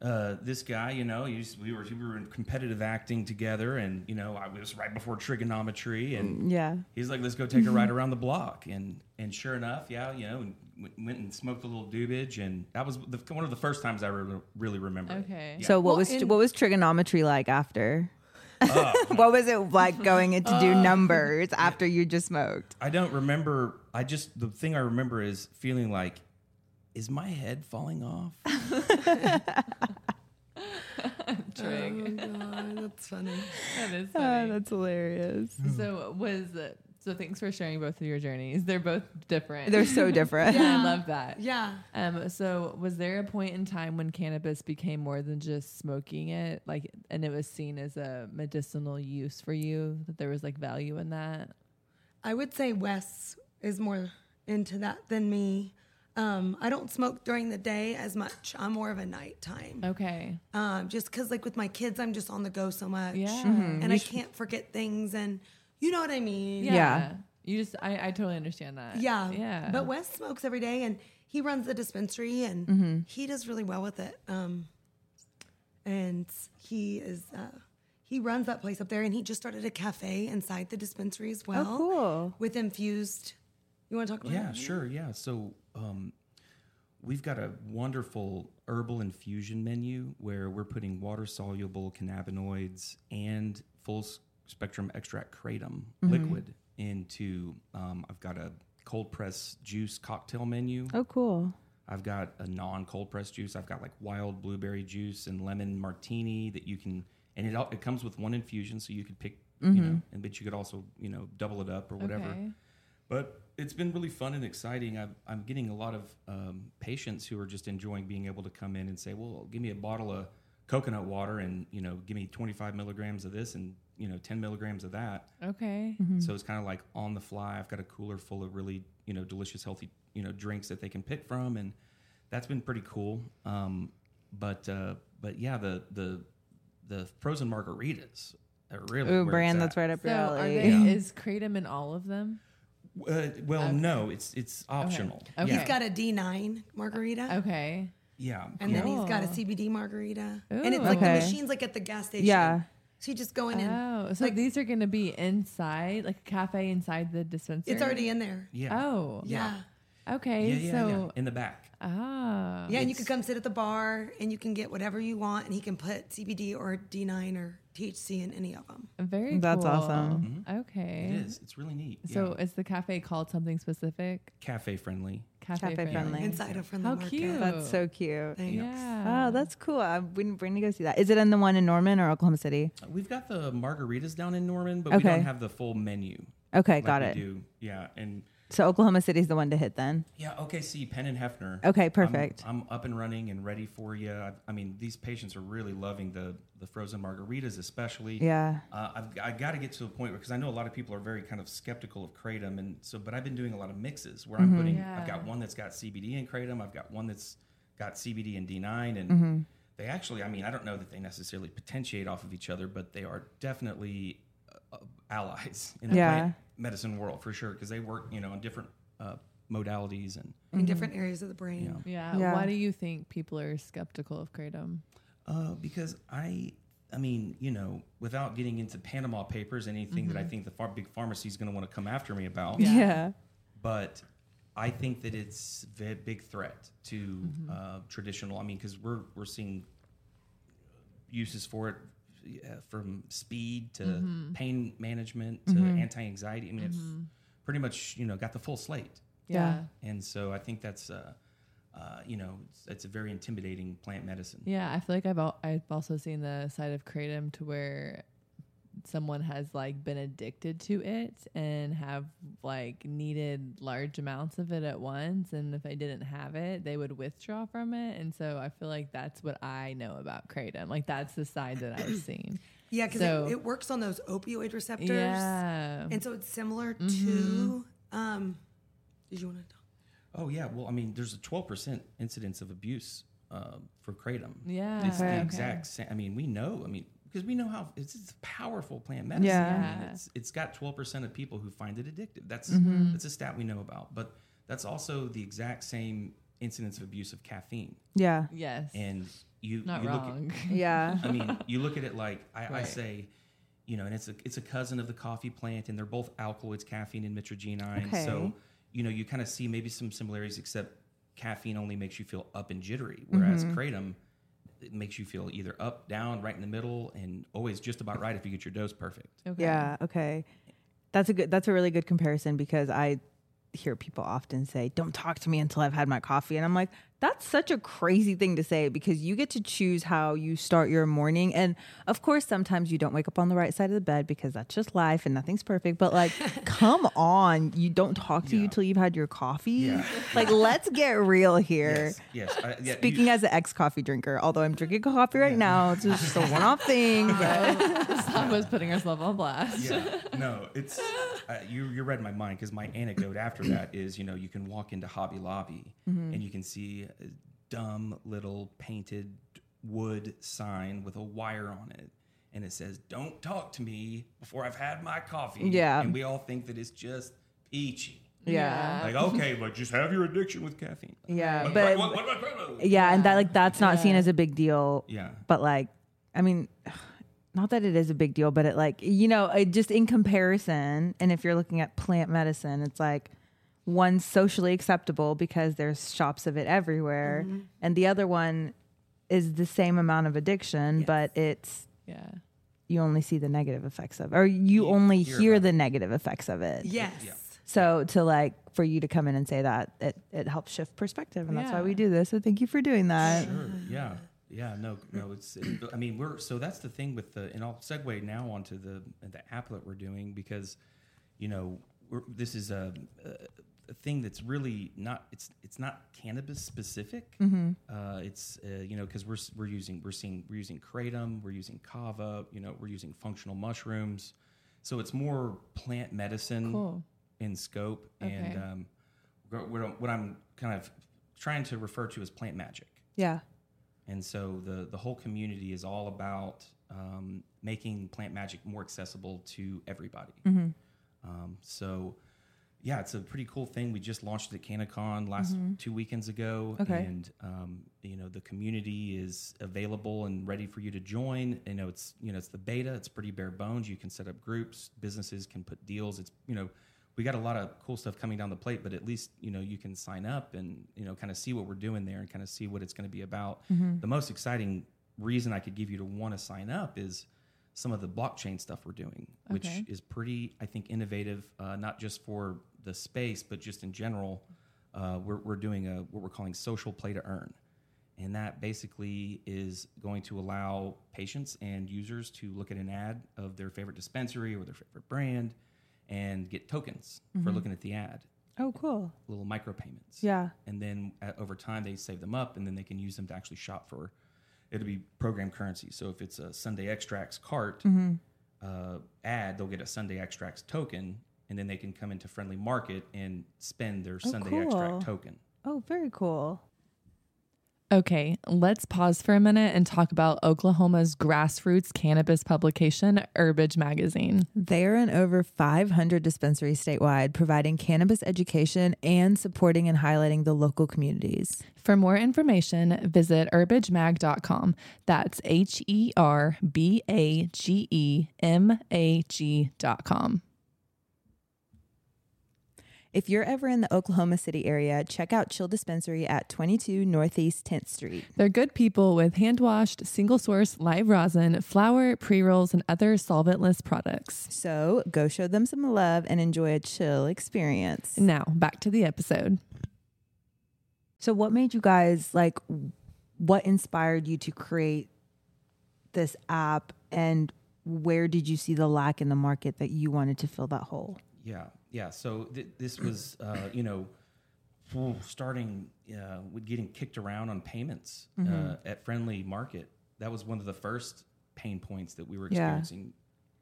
[SPEAKER 4] Uh, this guy, you know, he used, we were we were in competitive acting together, and you know, I was right before trigonometry, and
[SPEAKER 2] Yeah.
[SPEAKER 4] he's like, let's go take a ride around the block, and and sure enough, yeah, you know, and w- went and smoked a little doobage, and that was the, one of the first times I re- really remember. it.
[SPEAKER 1] Okay.
[SPEAKER 4] Yeah. Oh,
[SPEAKER 2] So what
[SPEAKER 3] Well,
[SPEAKER 2] was
[SPEAKER 3] and-
[SPEAKER 2] what was trigonometry like after? what was it like going in to do numbers after you just smoked?
[SPEAKER 4] I don't remember. I just the thing I remember is feeling like, is my head falling off?
[SPEAKER 1] Trig.
[SPEAKER 3] Oh, God, that's funny.
[SPEAKER 1] That is funny.
[SPEAKER 2] Oh, hilarious.
[SPEAKER 1] Uh, so was So thanks for sharing both of your journeys. They're both different.
[SPEAKER 2] They're so different.
[SPEAKER 1] yeah, I love that.
[SPEAKER 3] Yeah.
[SPEAKER 1] Um, so was there a point in time when cannabis became more than just smoking it, like, and it was seen as a medicinal use for you? That there was like value in that.
[SPEAKER 3] I would say Wes is more into that than me. Um, I don't smoke during the day as much. I'm more of a nighttime.
[SPEAKER 1] Okay.
[SPEAKER 3] Um, just because, like, with my kids, I'm just on the go so much.
[SPEAKER 1] Yeah. Mm-hmm.
[SPEAKER 3] And I can't forget things. And you know what I mean?
[SPEAKER 1] Yeah.
[SPEAKER 2] Yeah.
[SPEAKER 1] You just, I, I totally understand that.
[SPEAKER 3] Yeah.
[SPEAKER 1] Yeah.
[SPEAKER 3] But Wes smokes every day and he runs the dispensary and he does really well with it. Um, and he is, uh, he runs that place up there and he just started a cafe inside the dispensary as well.
[SPEAKER 2] cool.
[SPEAKER 3] With infused. You want to talk about
[SPEAKER 4] Yeah,
[SPEAKER 3] that?
[SPEAKER 4] sure. Yeah. So um, we've got a wonderful herbal infusion menu where we're putting water soluble cannabinoids and full s- spectrum extract kratom liquid into. Um, I've got a cold press juice cocktail menu.
[SPEAKER 2] Oh, cool.
[SPEAKER 4] I've got a non cold press juice. I've got like wild blueberry juice and lemon martini that you can, and it all, it comes with one infusion, so you could pick, you know, and but you could also you know double it up or whatever.
[SPEAKER 1] Okay.
[SPEAKER 4] But it's been really fun and exciting. I'm, I'm getting a lot of um, patients who are just enjoying being able to come in and say, "Well, give me a bottle of coconut water, and you know, give me 25 milligrams of this, and you know, 10 milligrams of that."
[SPEAKER 1] Okay.
[SPEAKER 2] Mm-hmm.
[SPEAKER 4] So it's kind of like on the fly. I've got a cooler full of really you know delicious, healthy you know drinks that they can pick from, and that's been pretty cool. Um, but uh, but yeah, the the the frozen margaritas are really
[SPEAKER 2] Ooh,
[SPEAKER 4] where
[SPEAKER 2] brand
[SPEAKER 4] it's
[SPEAKER 2] that's
[SPEAKER 4] at.
[SPEAKER 2] right up
[SPEAKER 1] So
[SPEAKER 2] your
[SPEAKER 1] are
[SPEAKER 2] alley.
[SPEAKER 1] they, is kratom in all of them?
[SPEAKER 4] Uh, well, no, it's it's optional.
[SPEAKER 1] Okay.
[SPEAKER 4] Yeah.
[SPEAKER 3] He's got a D9 margarita.
[SPEAKER 1] Okay.
[SPEAKER 4] yeah,
[SPEAKER 3] And
[SPEAKER 4] yeah.
[SPEAKER 3] then he's got a
[SPEAKER 1] Cool.
[SPEAKER 3] CBD margarita. and it's
[SPEAKER 1] Ooh.
[SPEAKER 3] like
[SPEAKER 2] Okay.
[SPEAKER 3] the machines like at the gas station.
[SPEAKER 2] Yeah.
[SPEAKER 3] So you just go in and
[SPEAKER 1] Oh, so
[SPEAKER 3] like-
[SPEAKER 1] these are going to be inside, like a cafe inside the dispensary.
[SPEAKER 3] it's already in there.
[SPEAKER 4] yeah.
[SPEAKER 1] Oh.
[SPEAKER 3] Yeah.
[SPEAKER 1] Okay.
[SPEAKER 4] yeah, yeah, yeah.
[SPEAKER 1] so
[SPEAKER 4] in the back.
[SPEAKER 1] ah.
[SPEAKER 3] Yeah, and you can come sit at the bar and you can get whatever you want, and he can put CBD or D9 or THC in any of them.
[SPEAKER 1] Very
[SPEAKER 2] That's
[SPEAKER 1] cool.
[SPEAKER 2] awesome.
[SPEAKER 1] Okay.
[SPEAKER 4] It is. It's really neat.
[SPEAKER 1] So
[SPEAKER 4] yeah.
[SPEAKER 1] is the cafe called something specific?
[SPEAKER 4] cafe friendly.
[SPEAKER 1] Cafe,
[SPEAKER 2] Cafe
[SPEAKER 1] friendly.
[SPEAKER 2] friendly.
[SPEAKER 3] Inside a friendly
[SPEAKER 1] How
[SPEAKER 3] market.
[SPEAKER 1] cute.
[SPEAKER 2] That's
[SPEAKER 4] Oh.
[SPEAKER 2] so cute.
[SPEAKER 3] Thanks.
[SPEAKER 1] Yeah.
[SPEAKER 2] Oh, that's cool. I wouldn't bring to go see that. Is it in the one in Norman or Oklahoma City?
[SPEAKER 4] Uh, We've got the margaritas down in Norman, but we
[SPEAKER 2] Okay.
[SPEAKER 4] don't have the full menu.
[SPEAKER 2] Okay,
[SPEAKER 4] like
[SPEAKER 2] got
[SPEAKER 4] we
[SPEAKER 2] it.
[SPEAKER 4] Do. Yeah, and
[SPEAKER 2] So Oklahoma City's the one to hit then.
[SPEAKER 4] yeah, OKC Penn and Hefner.
[SPEAKER 2] Okay,
[SPEAKER 4] I'm-
[SPEAKER 2] perfect.
[SPEAKER 4] I'm, up and running and ready for you. I, I mean, these patients are really loving the the frozen margaritas, especially.
[SPEAKER 2] Yeah.
[SPEAKER 4] Uh, I've I got to get to a point because I know a lot of people are very kind of skeptical of kratom, and so but I've been doing a lot of mixes where I'm putting.
[SPEAKER 1] Yeah.
[SPEAKER 4] I've got one that's got CBD and kratom. I've got one that's got CBD and D9, and they actually. I mean, I don't know that they necessarily potentiate off of each other, but they are definitely uh, uh, allies in the
[SPEAKER 2] Yeah.
[SPEAKER 4] plant medicine world for sure because they work, you know, on different uh, modalities and.
[SPEAKER 3] In different areas of the brain.
[SPEAKER 1] Mm-hmm. Yeah.
[SPEAKER 2] Yeah.
[SPEAKER 1] Why do you think people are skeptical of kratom?
[SPEAKER 4] Uh, because I, I mean, you know, without getting into Panama Papers, anything that I think the phar- big pharmacy is going to want to come after me about,
[SPEAKER 1] Yeah.
[SPEAKER 2] Yeah.
[SPEAKER 4] but I think that it's a big threat to uh, traditional. I mean, because we're we're seeing uses for it yeah, from speed to pain management to anti-anxiety. I mean, it's pretty much you know got the full slate,
[SPEAKER 1] Yeah.
[SPEAKER 4] and so I think that's. Uh, uh, you know, it's, it's a very intimidating plant medicine.
[SPEAKER 1] Yeah, I feel like I've al- I've also seen the side of kratom to where someone has like been addicted to it and have like needed large amounts of it at once and if they didn't have it they would withdraw from it and so I feel like that's what I know about kratom like that's the side that I've seen
[SPEAKER 3] Yeah, because
[SPEAKER 1] So-
[SPEAKER 3] it, it works on those opioid receptors.
[SPEAKER 1] yeah Mm-hmm.
[SPEAKER 3] And so it's similar to. Um, did you want to talk?
[SPEAKER 4] Oh yeah, well, I mean, there's a 12% incidence of abuse uh, for kratom.
[SPEAKER 1] Yeah.
[SPEAKER 4] it's
[SPEAKER 2] Okay.
[SPEAKER 4] the exact same. I mean, we know. I mean, because we know how it's, it's a powerful plant medicine.
[SPEAKER 2] Yeah.
[SPEAKER 4] I mean, it's it's got 12% of people who find it addictive. That's that's a stat we know about. But that's also the exact same incidence of abuse of caffeine.
[SPEAKER 2] Yeah.
[SPEAKER 1] yes
[SPEAKER 4] And you
[SPEAKER 1] not
[SPEAKER 4] you look at
[SPEAKER 1] wrong
[SPEAKER 2] Yeah.
[SPEAKER 4] I mean, you look at it like I, I
[SPEAKER 1] Right.
[SPEAKER 4] say, you know, and it's a it's a cousin of the coffee plant, and they're both alkaloids, caffeine and mitrogenine.
[SPEAKER 2] Okay.
[SPEAKER 4] So, you know, you kind of see maybe some similarities, except caffeine only makes you feel up and jittery, whereas kratom it makes you feel either up, down, right in the middle, and always just about right if you get your dose perfect.
[SPEAKER 1] okay.
[SPEAKER 2] Yeah. Okay. That's a good. That's a really good comparison because I hear people often say, Don't talk to me until I've had my coffee. And I'm like, That's such a crazy thing to say because you get to choose how you start your morning. And of course, sometimes you don't wake up on the right side of the bed because that's just life and nothing's perfect. But like, come on, you don't talk to you
[SPEAKER 4] Yeah.
[SPEAKER 2] till you've had your coffee.
[SPEAKER 4] Yeah.
[SPEAKER 2] Like, let's get real here.
[SPEAKER 4] Yes. Yes. I, yeah, you-
[SPEAKER 2] Speaking as an ex coffee drinker, although I'm drinking coffee right now, it's just a one off thing. But
[SPEAKER 1] Stop was putting herself on blast.
[SPEAKER 4] yeah, no, it's uh, you. You read my mind because my anecdote after that is you know you can walk into Hobby Lobby
[SPEAKER 2] Mm-hmm.
[SPEAKER 4] and you can see a dumb little painted wood sign with a wire on it, and it says "Don't talk to me before I've had my coffee."
[SPEAKER 2] Yeah.
[SPEAKER 4] and we all think that it's just peachy.
[SPEAKER 2] yeah.
[SPEAKER 4] Like okay, but just have your addiction with caffeine.
[SPEAKER 2] Yeah,
[SPEAKER 4] What-
[SPEAKER 2] but-
[SPEAKER 4] what- what- what- what- what-
[SPEAKER 2] Yeah, and that like that's not seen as a big deal.
[SPEAKER 4] Yeah.
[SPEAKER 2] But like I mean not that it is a big deal, but it like you know, it just in comparison and if you're looking at plant medicine, it's like one's socially acceptable because there's shops of it everywhere and the other one is the same amount of addiction, but it's
[SPEAKER 1] Yeah.
[SPEAKER 2] you only see the negative effects of or you only
[SPEAKER 4] hear
[SPEAKER 2] hear
[SPEAKER 4] about
[SPEAKER 2] the negative effects of it.
[SPEAKER 3] Yes.
[SPEAKER 2] So to like for you to come in and say that, it, it helps shift perspective and that's why
[SPEAKER 1] Yeah.
[SPEAKER 2] we do this. So thank you for doing that.
[SPEAKER 4] Sure. Yeah. Yeah. No. No. It's. It, I mean, we're so that's the thing with the, and I'll segue now onto the the applet we're doing because, you know, we're, this is a, a, a thing that's really not. It's it's not cannabis specific.
[SPEAKER 1] Mm-hmm.
[SPEAKER 4] Uh, it's uh, you know because we're s- we're using we're seeing we're using kratom, we're using kava, you know, we're using functional mushrooms, so it's more plant medicine
[SPEAKER 1] Cool.
[SPEAKER 4] in scope and
[SPEAKER 1] Okay.
[SPEAKER 4] um, go- what I'm- what I'm kind of trying to refer to as plant magic.
[SPEAKER 2] Yeah.
[SPEAKER 4] And so the the whole community is all about um, making plant magic more accessible to everybody. Um, so yeah, it's a pretty cool thing. We just launched at CanaCon last two weekends ago,
[SPEAKER 2] Okay.
[SPEAKER 4] and um, you know the community is available and ready for you to join. You know it's you know it's the beta. It's pretty bare bones. You can set up groups. Businesses can put deals. It's you know we got a lot of cool stuff coming down the plate, but at least you know you can sign up and you know kind of see what we're doing there and kind of see what it's going to be about. The most exciting reason I could give you to want to sign up is some of the blockchain stuff we're doing, which
[SPEAKER 1] Okay.
[SPEAKER 4] is pretty, I think, innovative, uh, not just for the space, but just in general. Uh, we're, we're doing a, what we're calling social play to earn. And that basically is going to allow patients and users to look at an ad of their favorite dispensary or their favorite brand and get tokens for looking at the ad,
[SPEAKER 2] Oh, cool.
[SPEAKER 4] little micropayments
[SPEAKER 2] Yeah.
[SPEAKER 4] and then uh, over time they save them up and then they can use them to actually shop for it'll be program currency so if it's a sunday extracts cart uh, ad they'll get a sunday extracts token and then they can come into friendly market and spend their sunday
[SPEAKER 2] cool.
[SPEAKER 4] extract token
[SPEAKER 2] Oh, very cool.
[SPEAKER 1] Okay, let's pause for a minute and talk about Oklahoma's grassroots cannabis publication, Herbage Magazine.
[SPEAKER 2] They are in over 500 dispensaries statewide, providing cannabis education and supporting and highlighting the local communities.
[SPEAKER 1] For more information, visit herbagemag.com. That's H E R B A G E M A G dot com.
[SPEAKER 2] If you're ever in the Oklahoma City area, check out Chill Dispensary at 22 Northeast 10th Street.
[SPEAKER 1] They're good people with hand washed, single source live rosin, flour, pre rolls, and other solventless products.
[SPEAKER 2] So go show them some love and enjoy a chill experience.
[SPEAKER 1] Now, back to the episode.
[SPEAKER 2] So, what made you guys like? What inspired you to create this app, and where did you see the lack in the market that you wanted to fill that hole?
[SPEAKER 4] yeah yeah so th- this was uh, you know phew, starting uh, with getting kicked around on payments uh,
[SPEAKER 2] Mm-hmm.
[SPEAKER 4] at friendly market that was one of the first pain points that we were
[SPEAKER 2] Yeah.
[SPEAKER 4] experiencing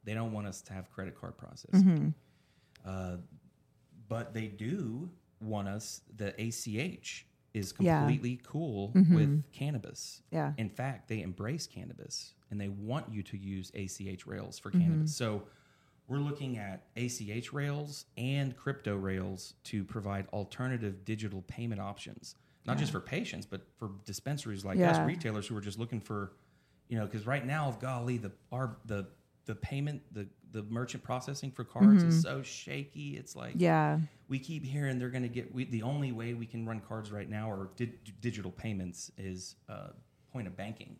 [SPEAKER 4] they don't want us to have credit card processing
[SPEAKER 2] Mm-hmm.
[SPEAKER 4] uh, but they do want us the ach is
[SPEAKER 2] Yeah. Mm-hmm.
[SPEAKER 4] completely cool with cannabis
[SPEAKER 2] Yeah.
[SPEAKER 4] in fact, they embrace cannabis and they want you to use ACH rails
[SPEAKER 2] Mm-hmm.
[SPEAKER 4] for cannabis. So we're looking at ACH rails and crypto rails to provide alternative digital payment options, not just for patients, but for dispensaries like
[SPEAKER 2] Yeah.
[SPEAKER 4] us, retailers who are just looking for, you know, because right now, golly, the our the the payment the the merchant processing for cards is
[SPEAKER 2] Mm-hmm.
[SPEAKER 4] so shaky. It's like
[SPEAKER 2] Yeah,
[SPEAKER 4] we keep hearing they're going to get we, the only way we can run cards right now or di- digital payments is uh, point of banking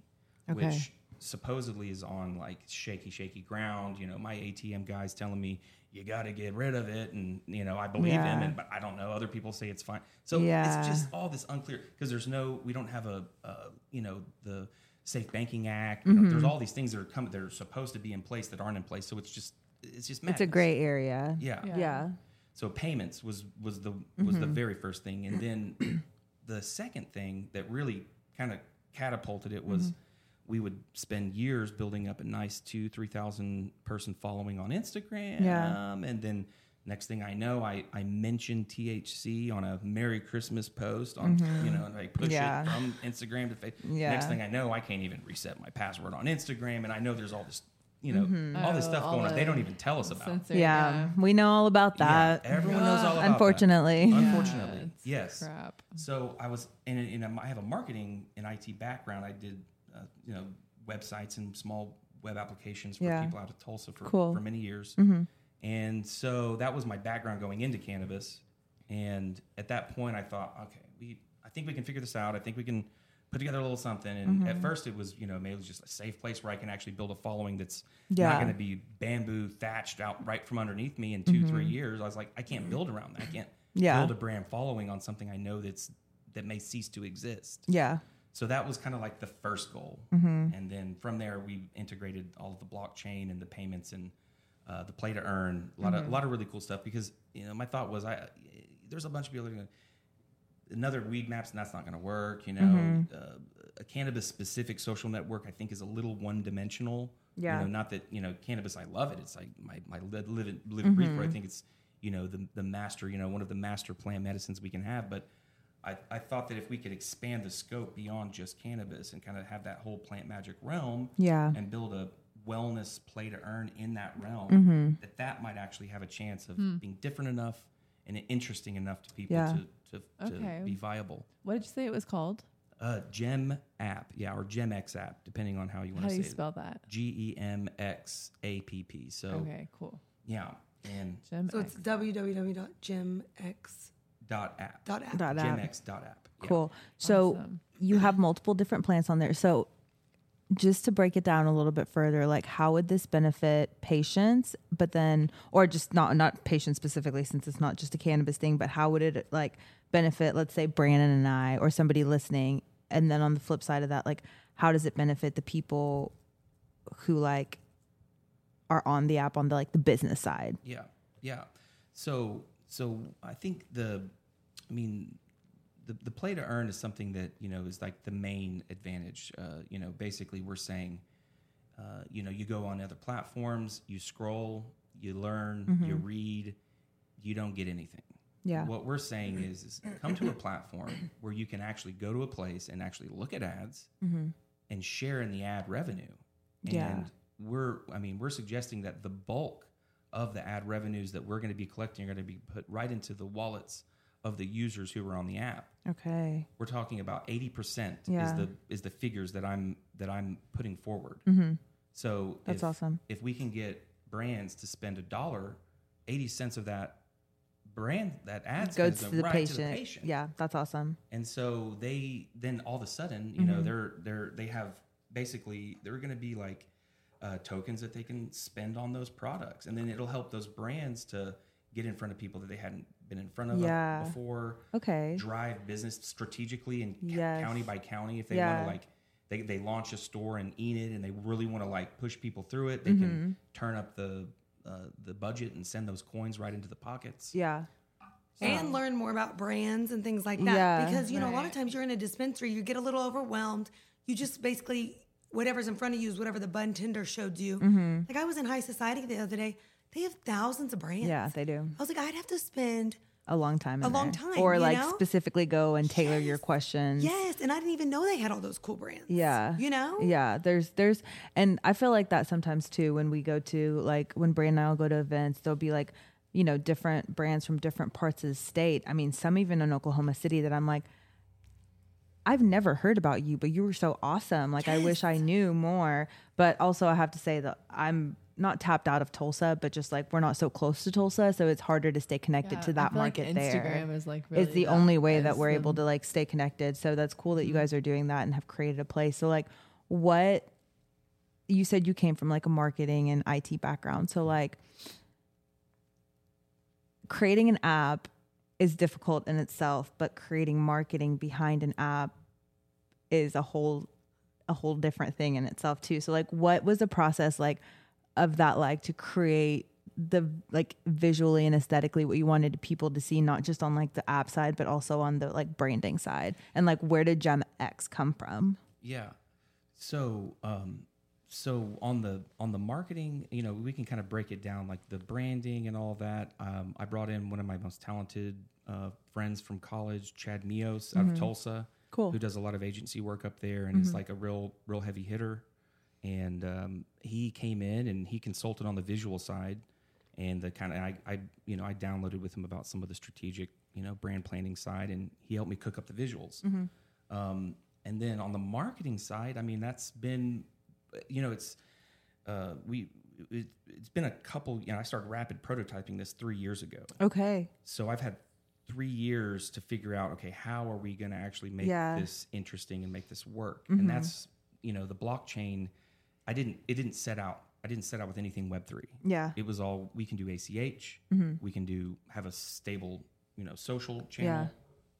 [SPEAKER 2] Okay.
[SPEAKER 4] which supposedly is on like shaky, shaky ground. You know, my ATM guy's telling me you got to get rid of it, and you know, I believe him,
[SPEAKER 2] Yeah.
[SPEAKER 4] and but I don't know. Other people say it's fine, so
[SPEAKER 2] Yeah.
[SPEAKER 4] it's just all this unclear because there's no, we don't have a, uh, you know, the Safe Banking Act. You
[SPEAKER 2] Mm-hmm.
[SPEAKER 4] know, there's all these things that are coming that are supposed to be in place that aren't in place, so it's just it's
[SPEAKER 2] It's
[SPEAKER 4] just
[SPEAKER 2] a
[SPEAKER 4] madness.
[SPEAKER 2] gray area.
[SPEAKER 4] yeah
[SPEAKER 1] Yeah.
[SPEAKER 2] Yeah.
[SPEAKER 4] so payments was was the was
[SPEAKER 2] Mm-hmm.
[SPEAKER 4] the very first thing and then the second thing that really kind of catapulted it was
[SPEAKER 2] Mm-hmm.
[SPEAKER 4] we would spend years building up a nice two three thousand person following on instagram
[SPEAKER 2] Yeah.
[SPEAKER 4] and then next thing i know i i mentioned thc on a merry christmas post on you know and i push
[SPEAKER 2] Mm-hmm. Yeah.
[SPEAKER 4] it from instagram to facebook
[SPEAKER 2] Yeah.
[SPEAKER 4] next thing i know i can't even reset my password on instagram and i know there's all this you know
[SPEAKER 2] Mm-hmm.
[SPEAKER 4] all this
[SPEAKER 1] Oh,
[SPEAKER 4] stuff
[SPEAKER 1] all
[SPEAKER 4] going on they
[SPEAKER 1] the
[SPEAKER 4] don't even tell us about
[SPEAKER 1] Since
[SPEAKER 2] Yeah.
[SPEAKER 1] they're-
[SPEAKER 2] We know all about
[SPEAKER 4] yeah,
[SPEAKER 2] that.
[SPEAKER 4] everyone knows all about that.
[SPEAKER 2] Unfortunately.
[SPEAKER 4] Unfortunately,
[SPEAKER 1] Yeah, it's
[SPEAKER 4] yes.
[SPEAKER 1] Crap.
[SPEAKER 4] So I was, and, and I'm- I have a marketing and IT background. I did, uh, you know, websites and small web applications for
[SPEAKER 2] Yeah.
[SPEAKER 4] people out of Tulsa for,
[SPEAKER 2] Cool.
[SPEAKER 4] for many years. And so that was my background going into cannabis. And at that point, I thought, okay, we, I think we can figure this out. I think we can put together a little something. And at first, it was, you know, maybe it was just a safe place where I can actually build a following that's
[SPEAKER 2] Yeah.
[SPEAKER 4] not going to be bamboo thatched out right from underneath me in 2 three years. I was like, I can't build around that. I can't
[SPEAKER 2] Yeah.
[SPEAKER 4] build a brand following on something I know that's that may cease to exist.
[SPEAKER 2] Yeah.
[SPEAKER 4] So that was kind of like the first goal, and then from there we integrated all of the blockchain and the payments and uh, the play to earn a lot
[SPEAKER 2] Mm-hmm.
[SPEAKER 4] of a lot of really cool stuff. Because you know my thought was I there's a bunch of people that are gonna, another weed maps and that's not going to work. You know,
[SPEAKER 2] Mm-hmm.
[SPEAKER 4] uh, a cannabis specific social network I think is a little one dimensional.
[SPEAKER 2] Yeah.
[SPEAKER 4] You know, not that you know cannabis. I love it. It's like my my li- live it live it breathe
[SPEAKER 2] Mm-hmm.
[SPEAKER 4] for. I think it's you know the the master. You know, one of the master plant medicines we can have. But I I thought that if we could expand the scope beyond just cannabis and kind of have that whole plant magic realm.
[SPEAKER 2] Yeah.
[SPEAKER 4] And build a wellness play to earn in that realm
[SPEAKER 2] Mm-hmm.
[SPEAKER 4] that that might actually have a chance of
[SPEAKER 1] Hmm.
[SPEAKER 4] being different enough and interesting enough to people
[SPEAKER 2] Yeah.
[SPEAKER 4] to, to, to
[SPEAKER 1] Okay.
[SPEAKER 4] be viable.
[SPEAKER 1] What did you say it was called?
[SPEAKER 4] Uh, Gem app, yeah, or GemX app, depending on how you want
[SPEAKER 1] How
[SPEAKER 4] to
[SPEAKER 1] do
[SPEAKER 4] say
[SPEAKER 1] you
[SPEAKER 4] it.
[SPEAKER 1] spell that?
[SPEAKER 4] G E M X A P P. So
[SPEAKER 1] Okay, cool.
[SPEAKER 4] yeah, and
[SPEAKER 1] Gem
[SPEAKER 3] So it's
[SPEAKER 1] X.
[SPEAKER 3] www.gymx.app.
[SPEAKER 4] dot app,
[SPEAKER 2] Dot app.
[SPEAKER 4] GemX dot app. yeah.
[SPEAKER 2] Cool. So
[SPEAKER 1] Awesome.
[SPEAKER 2] you have multiple different plants on there. So just to break it down a little bit further, like how would this benefit patients? But then, or just not not patients specifically, since it's not just a cannabis thing. But how would it like benefit? Let's say Brandon and I, or somebody listening. And then on the flip side of that, like how does it benefit the people who like are on the app on the like the business side?
[SPEAKER 4] Yeah, yeah. So, so I think the, I mean, the the play to earn is something that you know is like the main advantage. Uh, you know, basically we're saying, uh, you know, you go on other platforms, you scroll, you learn, you read, you don't get anything.
[SPEAKER 2] Yeah.
[SPEAKER 4] What we're saying is, is come to a platform where you can actually go to a place and actually look at ads and share in the ad revenue.
[SPEAKER 2] Mm-hmm.
[SPEAKER 4] And
[SPEAKER 2] Yeah.
[SPEAKER 4] we're, I mean, we're suggesting that the bulk of the ad revenues that we're going to be collecting are going to be put right into the wallets of the users who are on the app.
[SPEAKER 2] Okay.
[SPEAKER 4] We're talking about 80%
[SPEAKER 2] Yeah.
[SPEAKER 4] is the is the figures that I'm that I'm putting forward. So
[SPEAKER 2] Mm-hmm. That's
[SPEAKER 4] if-
[SPEAKER 2] awesome.
[SPEAKER 4] If we can get brands to spend a dollar, 80 cents of that brand that ad
[SPEAKER 2] Goes
[SPEAKER 4] spends
[SPEAKER 2] to
[SPEAKER 4] them
[SPEAKER 2] the,
[SPEAKER 4] right
[SPEAKER 2] patient.
[SPEAKER 4] to the patient
[SPEAKER 2] Yeah, that's awesome.
[SPEAKER 4] and so they then all of a sudden you
[SPEAKER 2] Mm-hmm.
[SPEAKER 4] know they're they're they have basically they're going to be like uh, tokens that they can spend on those products and then it'll help those brands to get in front of people that they hadn't been in front of
[SPEAKER 2] Yeah.
[SPEAKER 4] before
[SPEAKER 2] Okay.
[SPEAKER 4] drive business strategically and ca-
[SPEAKER 2] Yes.
[SPEAKER 4] county by county if they want
[SPEAKER 2] Yeah.
[SPEAKER 4] to like they, they launch a store in Enid and they really want to like push people through it they
[SPEAKER 2] Mm-hmm.
[SPEAKER 4] can turn up the uh, the budget and send those coins right into the pockets
[SPEAKER 2] Yeah.
[SPEAKER 3] and learn more about brands and things like that.
[SPEAKER 2] Oh. Yeah.
[SPEAKER 3] because you know, a lot of times you're in a dispensary, you get a little overwhelmed. You just basically whatever's in front of you is whatever the bun tender showed you.
[SPEAKER 2] Mm-hmm.
[SPEAKER 3] Like I was in high society the other day. They have thousands of brands.
[SPEAKER 2] Yeah, they do.
[SPEAKER 3] I was like, I'd have to spend
[SPEAKER 2] a long time.
[SPEAKER 3] A
[SPEAKER 2] in
[SPEAKER 3] long
[SPEAKER 2] there.
[SPEAKER 3] time,
[SPEAKER 2] or
[SPEAKER 3] you
[SPEAKER 2] like
[SPEAKER 3] know?
[SPEAKER 2] specifically go and tailor your questions.
[SPEAKER 3] yes, and I didn't even know they had all those cool brands.
[SPEAKER 2] Yeah.
[SPEAKER 3] you know.
[SPEAKER 2] Yeah. There's there's and I feel like that sometimes too when we go to like when Brand and I'll go to events, there'll be like, you know, different brands from different parts of the state. I mean, some even in Oklahoma City that I'm like, I've never heard about you, but you were so awesome. Like I wish I knew more. But also I have to say that I'm not tapped out of Tulsa, but just like we're not so close to Tulsa, so it's harder to stay connected
[SPEAKER 1] Yeah,
[SPEAKER 2] to
[SPEAKER 1] I
[SPEAKER 2] that
[SPEAKER 1] feel like
[SPEAKER 2] market there.
[SPEAKER 1] Instagram is, like, really
[SPEAKER 2] it's the
[SPEAKER 1] that-
[SPEAKER 2] only way
[SPEAKER 1] is
[SPEAKER 2] that we're
[SPEAKER 1] the- Mm-hmm.
[SPEAKER 2] able to like stay connected. So that's cool that you guys are doing that and have created a place. So like what you said you came from like a marketing and IT background. So like creating an app is difficult in itself, but creating marketing behind an app is a whole a whole different thing in itself too. So like what was the process like of that like to create the like visually and aesthetically what you wanted people to see not just on like the app side but also on the like branding side and like where did gem x come from
[SPEAKER 4] Yeah. So, um, so on the on the marketing, you know, we can kind of break it down like the branding and all that. Um, I brought in one of my most talented uh, friends from college, Chad Mios out of Tulsa,
[SPEAKER 2] Cool.
[SPEAKER 4] who does a lot of agency work up there and is like a real real heavy hitter. And um, he came in and he consulted on the visual side and the kind of I, I you know I downloaded with him about some of the strategic you know brand planning side and he helped me cook up the visuals. Um, and then on the marketing side, I mean, that's been, you know, it's uh, we it, it's been a couple. You know, I started rapid prototyping this three years ago,
[SPEAKER 2] okay
[SPEAKER 4] so I've had three years to figure out, okay, how are we going to actually make
[SPEAKER 2] Yeah.
[SPEAKER 4] this interesting and make this work? And that's you know the blockchain. I didn't it didn't set out. I didn't set out with anything Web three.
[SPEAKER 2] yeah
[SPEAKER 4] It was all we can do ACH. We can do have a stable, you know, social channel.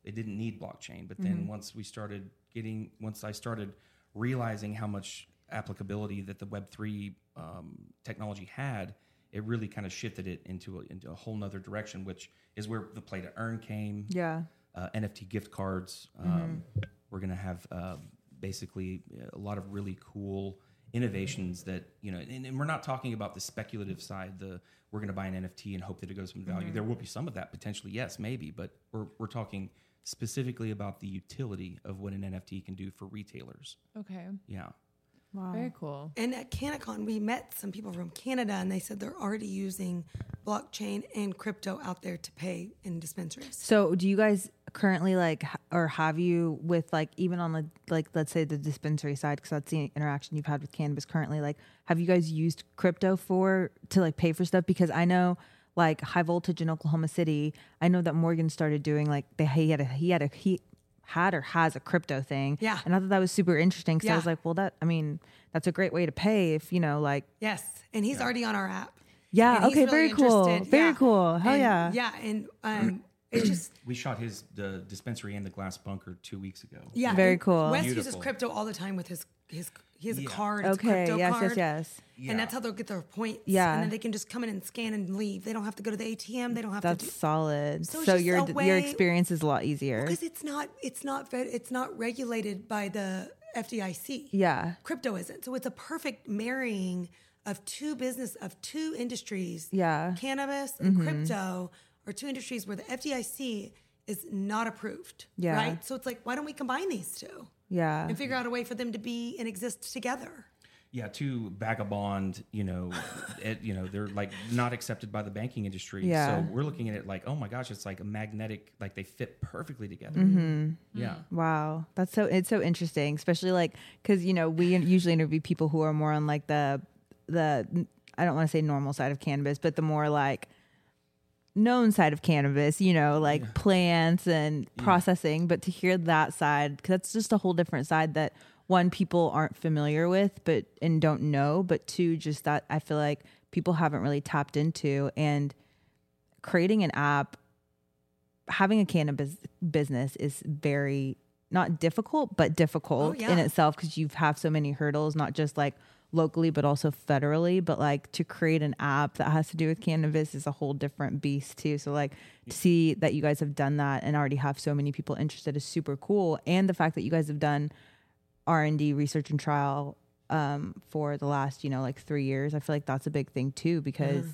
[SPEAKER 4] It didn't need blockchain. But then once we started getting, once I started realizing how much applicability that the Web three um, technology had, it really kind of shifted it into a, into a whole nother direction, which is where the play to earn came
[SPEAKER 2] yeah
[SPEAKER 4] uh, NFT gift cards. Um, We're going to have uh, basically a lot of really cool innovations that you know, and, and we're not talking about the speculative side. The we're going to buy an NFT and hope that it goes some value. There will be some of that potentially, yes, maybe, but we're we're talking specifically about the utility of what an NFT can do for retailers.
[SPEAKER 1] Okay.
[SPEAKER 4] Yeah.
[SPEAKER 2] wow
[SPEAKER 1] Very cool.
[SPEAKER 3] And at CanaCon, we met some people from Canada, and they said they're already using blockchain and crypto out there to pay in dispensaries.
[SPEAKER 2] So, do you guys currently like, h- or have you with like, even on the like, let's say the dispensary side, because that's the interaction you've had with cannabis currently. Like, have you guys used crypto for to like pay for stuff? Because I know like high voltage in Oklahoma City. I know that Morgan started doing like they he had a he had a he had or has a crypto thing.
[SPEAKER 3] Yeah.
[SPEAKER 2] and I thought that was super interesting. Because I was
[SPEAKER 3] Yeah.
[SPEAKER 2] like, well, that I mean, that's a great way to pay if you know like.
[SPEAKER 3] Yes, and he's already on our app.
[SPEAKER 2] Yeah.
[SPEAKER 3] And he's
[SPEAKER 2] Okay. very
[SPEAKER 3] really
[SPEAKER 2] cool.
[SPEAKER 3] interested.
[SPEAKER 2] Very
[SPEAKER 3] Yeah.
[SPEAKER 2] cool. Hell
[SPEAKER 3] And-
[SPEAKER 2] yeah.
[SPEAKER 3] Yeah, and um, it's just
[SPEAKER 4] We shot his the dispensary and the glass bunker two weeks ago.
[SPEAKER 3] yeah,
[SPEAKER 2] Very
[SPEAKER 3] and
[SPEAKER 2] cool.
[SPEAKER 3] Wes uses
[SPEAKER 4] Beautiful.
[SPEAKER 3] crypto all the time with his his he has a
[SPEAKER 4] Yeah.
[SPEAKER 3] card. It's a
[SPEAKER 2] Okay.
[SPEAKER 3] crypto
[SPEAKER 2] Yes.
[SPEAKER 3] card.
[SPEAKER 2] Yes. Yes.
[SPEAKER 4] Yeah.
[SPEAKER 3] And that's how they'll get their points.
[SPEAKER 2] Yeah.
[SPEAKER 3] And then they can just come in and scan and leave. They don't have to go to the ATM. They don't have
[SPEAKER 2] That's
[SPEAKER 3] to do
[SPEAKER 2] solid.
[SPEAKER 3] So
[SPEAKER 2] So,
[SPEAKER 3] it's just
[SPEAKER 2] your
[SPEAKER 3] a
[SPEAKER 2] your
[SPEAKER 3] way-
[SPEAKER 2] experience is a lot easier.
[SPEAKER 3] because it's not it's not fed, it's not regulated by the FDIC.
[SPEAKER 2] yeah.
[SPEAKER 3] Crypto isn't. So it's a perfect marrying of two business of two industries.
[SPEAKER 2] Yeah. Mm-hmm.
[SPEAKER 3] Cannabis and crypto are two industries where the FDIC is not approved.
[SPEAKER 2] Yeah.
[SPEAKER 3] Right. So it's like, why don't we combine these two
[SPEAKER 2] Yeah.
[SPEAKER 3] and figure out a way for them to be and exist together?
[SPEAKER 4] yeah, two vagabond, you know, it, you know, they're like not accepted by the banking industry.
[SPEAKER 2] Yeah.
[SPEAKER 4] So we're looking at it like, oh my gosh, it's like a magnetic, like they fit perfectly together.
[SPEAKER 2] Mm-hmm.
[SPEAKER 4] Yeah.
[SPEAKER 2] Wow. That's so it's so interesting, especially like cuz you know, we usually interview people who are more on like the the I don't want to say normal side of cannabis, but the more like known side of cannabis, you know, like plants and processing, but to hear that side cuz that's just a whole different side that one people aren't familiar with but and don't know, but two just that I feel like people haven't really tapped into and creating an app having a cannabis business is very not difficult but difficult
[SPEAKER 3] Oh, yeah.
[SPEAKER 2] in itself because you have so many hurdles not just like locally but also federally but like to create an app that has to do with cannabis is a whole different beast too so like to see that you guys have done that and already have so many people interested is super cool and the fact that you guys have done r&d research and trial um, for the last you know like three years i feel like that's a big thing too because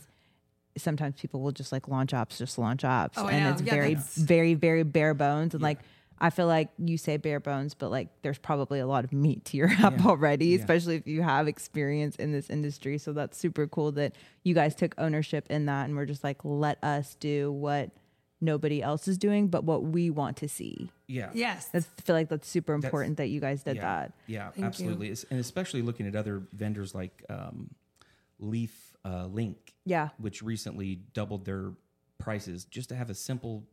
[SPEAKER 2] sometimes people will just like launch apps, just launch apps,
[SPEAKER 3] Oh, I
[SPEAKER 2] and
[SPEAKER 3] know.
[SPEAKER 2] it's
[SPEAKER 3] Yeah,
[SPEAKER 2] very,
[SPEAKER 3] that's-
[SPEAKER 2] very, very bare bones. And like, I feel like you say bare bones, but like, there's probably a lot of meat to your app already, especially if you have experience in this industry. So that's super cool that you guys took ownership in that, and we're just like, let us do what nobody else is doing, but what we want to see.
[SPEAKER 4] Yeah.
[SPEAKER 3] Yes.
[SPEAKER 2] That's, I feel like that's super important that you guys did
[SPEAKER 4] yeah.
[SPEAKER 2] that.
[SPEAKER 4] Yeah, absolutely. It's- And especially looking at other vendors like um, Leaf uh, Link,
[SPEAKER 2] Yeah.
[SPEAKER 4] which recently doubled their prices just to have a simple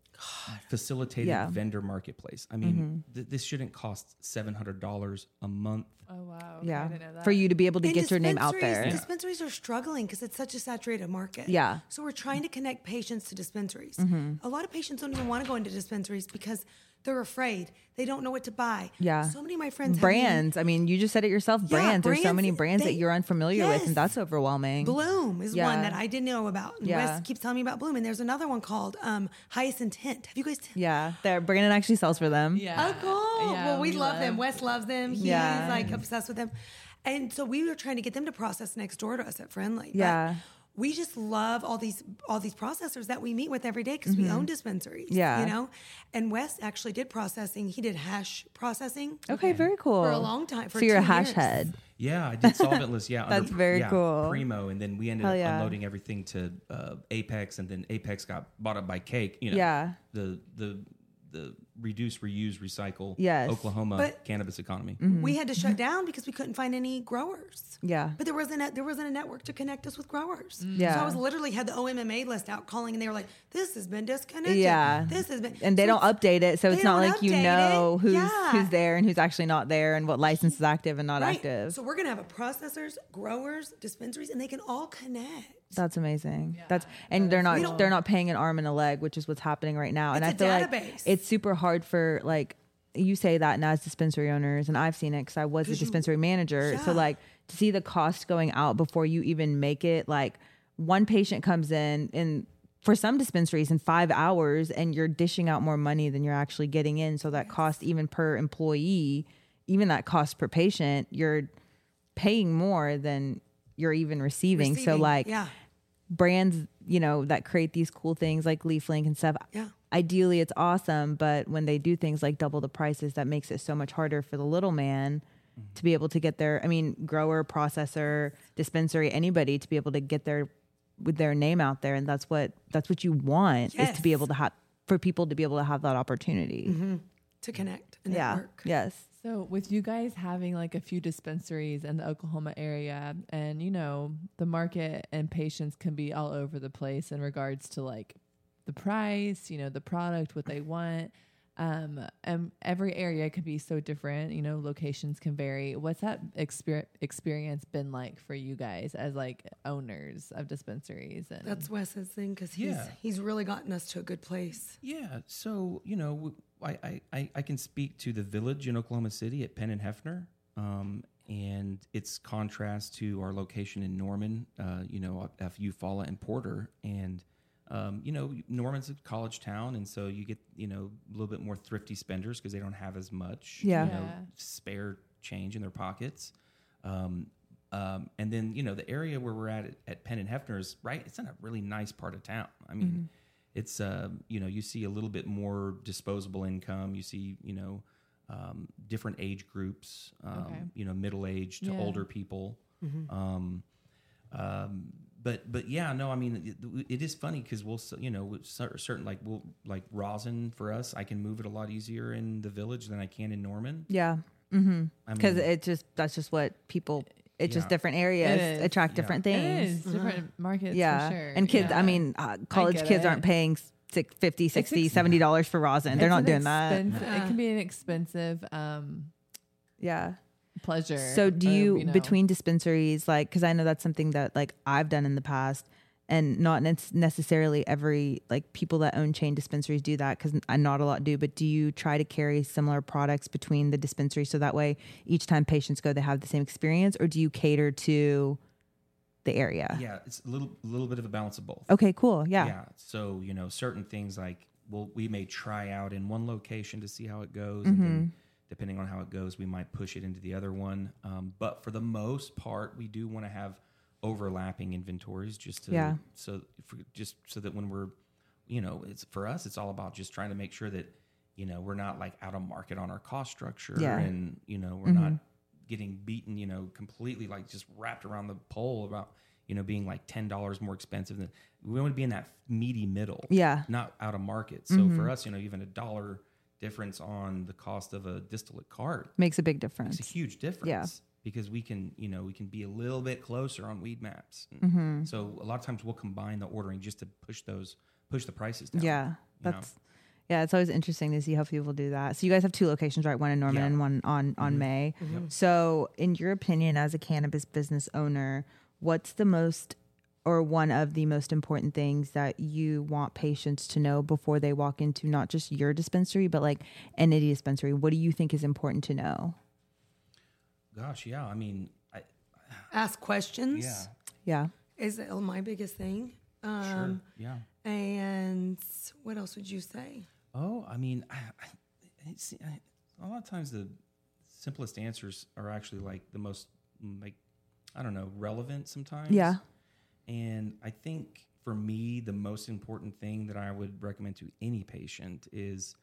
[SPEAKER 4] facilitated
[SPEAKER 2] Yeah. Mm-hmm.
[SPEAKER 4] vendor marketplace. I mean, th- this shouldn't cost seven hundred dollars a month.
[SPEAKER 1] Oh wow. Okay, I
[SPEAKER 2] Yeah.
[SPEAKER 1] didn't know that.
[SPEAKER 2] For you to be able to
[SPEAKER 3] And
[SPEAKER 2] get your name out
[SPEAKER 3] dispensaries-
[SPEAKER 2] there.
[SPEAKER 3] Dispensaries are struggling because it's such a saturated market.
[SPEAKER 2] Yeah. Mm-hmm.
[SPEAKER 3] So we're trying to connect patients to dispensaries. A lot of patients don't even want to go into dispensaries because they're afraid. They don't know what to buy.
[SPEAKER 2] Yeah.
[SPEAKER 3] So many of my friends have me
[SPEAKER 2] Brands. I mean, you just said it yourself.
[SPEAKER 3] Yeah,
[SPEAKER 2] brands. There's so
[SPEAKER 3] brands,
[SPEAKER 2] many brands
[SPEAKER 3] they-
[SPEAKER 2] that you're unfamiliar with,
[SPEAKER 3] Yes.
[SPEAKER 2] and that's overwhelming.
[SPEAKER 3] Bloom is
[SPEAKER 2] Yeah.
[SPEAKER 3] one that I didn't know about. And
[SPEAKER 2] Yeah.
[SPEAKER 3] Wes keeps telling me about Bloom. And there's another one called um, Highest Intent. Have you guys? T-
[SPEAKER 2] Yeah, there. Brandon actually sells for them.
[SPEAKER 1] Yeah.
[SPEAKER 3] Oh, cool.
[SPEAKER 1] Yeah,
[SPEAKER 3] well, we, love, them.
[SPEAKER 1] love-
[SPEAKER 3] Wes loves them. He's
[SPEAKER 2] Yeah.
[SPEAKER 3] like obsessed with them. And so we were trying to get them to process next door to us at Friendly. But
[SPEAKER 2] Yeah.
[SPEAKER 3] we just love all these all these processors that we meet with every day because we own dispensaries.
[SPEAKER 2] Mm-hmm. Yeah.
[SPEAKER 3] You know? And Wes actually did processing. He did hash processing.
[SPEAKER 2] Okay, very cool.
[SPEAKER 3] For a long time, for
[SPEAKER 2] so you're a
[SPEAKER 3] two
[SPEAKER 2] hash
[SPEAKER 3] years.
[SPEAKER 2] head.
[SPEAKER 4] Yeah, I did solventless. Yeah,
[SPEAKER 2] That's very
[SPEAKER 4] yeah,
[SPEAKER 2] cool.
[SPEAKER 4] Primo, and then we ended
[SPEAKER 2] Hell
[SPEAKER 4] up
[SPEAKER 2] yeah.
[SPEAKER 4] unloading everything to uh, Apex, and then Apex got bought up by Cake. You know,
[SPEAKER 2] Yeah.
[SPEAKER 4] the the the reduce, reuse, recycle.
[SPEAKER 2] Yes. Mm-hmm.
[SPEAKER 4] Oklahoma
[SPEAKER 3] But-
[SPEAKER 4] cannabis economy.
[SPEAKER 3] We had to shut down because we couldn't find any growers.
[SPEAKER 2] Yeah.
[SPEAKER 3] But there wasn't a, there wasn't a network to connect us with growers. So
[SPEAKER 2] Mm. Yeah.
[SPEAKER 3] I was literally had the OMMA list out calling, and they were like, "This has been disconnected.
[SPEAKER 2] Yeah.
[SPEAKER 3] this has been."
[SPEAKER 2] And they
[SPEAKER 3] So
[SPEAKER 2] don't
[SPEAKER 3] it's-
[SPEAKER 2] update it, so
[SPEAKER 3] they
[SPEAKER 2] it's not
[SPEAKER 3] don't
[SPEAKER 2] like you
[SPEAKER 3] update it.
[SPEAKER 2] know who's
[SPEAKER 3] Yeah.
[SPEAKER 2] who's there and who's actually not there, and what license is active and not
[SPEAKER 3] Right.
[SPEAKER 2] active.
[SPEAKER 3] So we're gonna have a processors, growers, dispensaries, and they can all connect.
[SPEAKER 2] That's amazing. That's and they're not they're not paying an arm and a leg, which is what's happening right now. and I
[SPEAKER 3] It's a
[SPEAKER 2] feel like
[SPEAKER 3] database.
[SPEAKER 2] it's super hard for like you say that and as dispensary owners, and I've seen it because I was a dispensary manager. So
[SPEAKER 3] Yeah.
[SPEAKER 2] like to see the cost going out before you even make it, like one patient comes in and for some dispensaries in five hours and you're dishing out more money than you're actually getting in. So that cost even per employee, even that cost per patient, you're paying more than you're even receiving. So
[SPEAKER 3] Receiving.
[SPEAKER 2] like
[SPEAKER 3] yeah,
[SPEAKER 2] brands, you know, that create these cool things like LeafLink and stuff.
[SPEAKER 3] Yeah.
[SPEAKER 2] Ideally, it's awesome, but when they do things like double the prices, that makes it so much harder for the little man to be able to get their. I mean, grower, processor, dispensary, anybody to be able to get their with their name out there, and that's what that's what you want is to be
[SPEAKER 3] Yes.
[SPEAKER 2] able to have for people to be able to have that opportunity.
[SPEAKER 3] to connect and
[SPEAKER 2] Yeah.
[SPEAKER 3] network.
[SPEAKER 2] Yes.
[SPEAKER 1] So, with you guys having like a few dispensaries in the Oklahoma area, and you know, the market and patients can be all over the place in regards to like the price, you know, the product, what they want. Um, and every area could be so different, you know, locations can vary. What's that exper- experience been like for you guys as like owners of dispensaries? And
[SPEAKER 3] That's Wes's thing because he's
[SPEAKER 4] Yeah.
[SPEAKER 3] he's really gotten us to a good place.
[SPEAKER 4] Yeah. So, you know, w- I, I- I, I can speak to the village in Oklahoma City at Penn and Hefner um, and its contrast to our location in Norman, uh, you know, at Eufaula and Porter. And, um, you know, Norman's a college town. And so you get, you know, a little bit more thrifty spenders because they don't have as much
[SPEAKER 2] Yeah.
[SPEAKER 4] you know,
[SPEAKER 1] Yeah.
[SPEAKER 4] spare change in their pockets. Um, um, and then you know the area where we're at at Penn and Hefner is right. It's in a really nice part of town. I mean,
[SPEAKER 1] Mm-hmm.
[SPEAKER 4] it's uh, you know you see a little bit more disposable income. You see you know um, different age groups. Um,
[SPEAKER 1] Okay.
[SPEAKER 4] You know middle age to
[SPEAKER 1] Yeah. Mm-hmm.
[SPEAKER 4] older people. Um, um, but but yeah, no, I mean it, it is funny because we'll s- you know with cer- certain like we'll like rosin for us. I can move it a lot easier in the village than I can in Norman.
[SPEAKER 2] Yeah. Mm-hmm.
[SPEAKER 4] I
[SPEAKER 2] Because
[SPEAKER 4] mean-
[SPEAKER 2] it just that's just what people. It's just
[SPEAKER 4] Yeah.
[SPEAKER 2] different areas
[SPEAKER 1] is.
[SPEAKER 2] attract
[SPEAKER 4] Yeah.
[SPEAKER 2] different
[SPEAKER 1] it
[SPEAKER 2] things. Mm-hmm.
[SPEAKER 1] is different markets
[SPEAKER 2] yeah
[SPEAKER 1] for sure.
[SPEAKER 2] and kids
[SPEAKER 1] Yeah.
[SPEAKER 2] i mean uh, college
[SPEAKER 1] get
[SPEAKER 2] kids
[SPEAKER 1] it.
[SPEAKER 2] aren't paying six, 50 60
[SPEAKER 1] ex-
[SPEAKER 2] 70 dollars for rosin they're
[SPEAKER 1] It's
[SPEAKER 2] not
[SPEAKER 1] an
[SPEAKER 2] doing that
[SPEAKER 1] expensive- It can be an expensive um,
[SPEAKER 2] yeah
[SPEAKER 1] pleasure.
[SPEAKER 2] so do
[SPEAKER 1] or,
[SPEAKER 2] you,
[SPEAKER 1] know.
[SPEAKER 2] between dispensaries like because i know that's something that like i've done in the past and not ne- necessarily every like people that own chain dispensaries do that because not a lot do but do you try to carry similar products between the dispensaries so that way each time patients go they have the same experience or do you cater to the area
[SPEAKER 4] Yeah, it's a little little bit of a balance of both.
[SPEAKER 2] okay cool yeah,
[SPEAKER 4] So you know, certain things like well, we may try out in one location to see how it goes, and then
[SPEAKER 2] Mm-hmm.
[SPEAKER 4] depending on how it goes, we might push it into the other one. Um, but for the most part, we do want to have overlapping inventories just to
[SPEAKER 2] Yeah.
[SPEAKER 4] so for, just so that when we're you know it's for us it's all about just trying to make sure that you know we're not like out of market on our cost structure
[SPEAKER 2] Yeah. Mm-hmm.
[SPEAKER 4] and you know we're not getting beaten you know completely like just wrapped around the pole about you know being like ten dollars more expensive than we want to be in that meaty middle
[SPEAKER 2] Yeah. Mm-hmm.
[SPEAKER 4] not out of market so for us you know even a dollar difference on the cost of a distillate cart
[SPEAKER 2] makes a big
[SPEAKER 4] it's
[SPEAKER 2] difference
[SPEAKER 4] a huge difference because we can you know we can be a little bit closer on weed maps
[SPEAKER 2] Mm-hmm.
[SPEAKER 4] so a lot of times we'll combine the ordering just to push those push the prices down
[SPEAKER 2] Yeah,
[SPEAKER 4] know?
[SPEAKER 2] that's Yeah, it's always interesting to see how people do that. So you guys have two locations, right? One in Norman
[SPEAKER 4] Yeah.
[SPEAKER 2] and one on on May. So, in your opinion, as a cannabis business owner, what's the most or one of the most important things that you want patients to know before they walk into not just your dispensary, but like any dispensary? What do you think is important to know?
[SPEAKER 4] Gosh, yeah. I mean, I,
[SPEAKER 3] Ask questions
[SPEAKER 4] yeah,
[SPEAKER 2] Yeah.
[SPEAKER 3] is my biggest thing. Um,
[SPEAKER 4] yeah.
[SPEAKER 3] And what else would you say?
[SPEAKER 4] Oh, I mean, I, I, see, I, a lot of times the simplest answers are actually like the most like I don't know relevant sometimes.
[SPEAKER 2] Yeah.
[SPEAKER 4] And I think for me, the most important thing that I would recommend to any patient is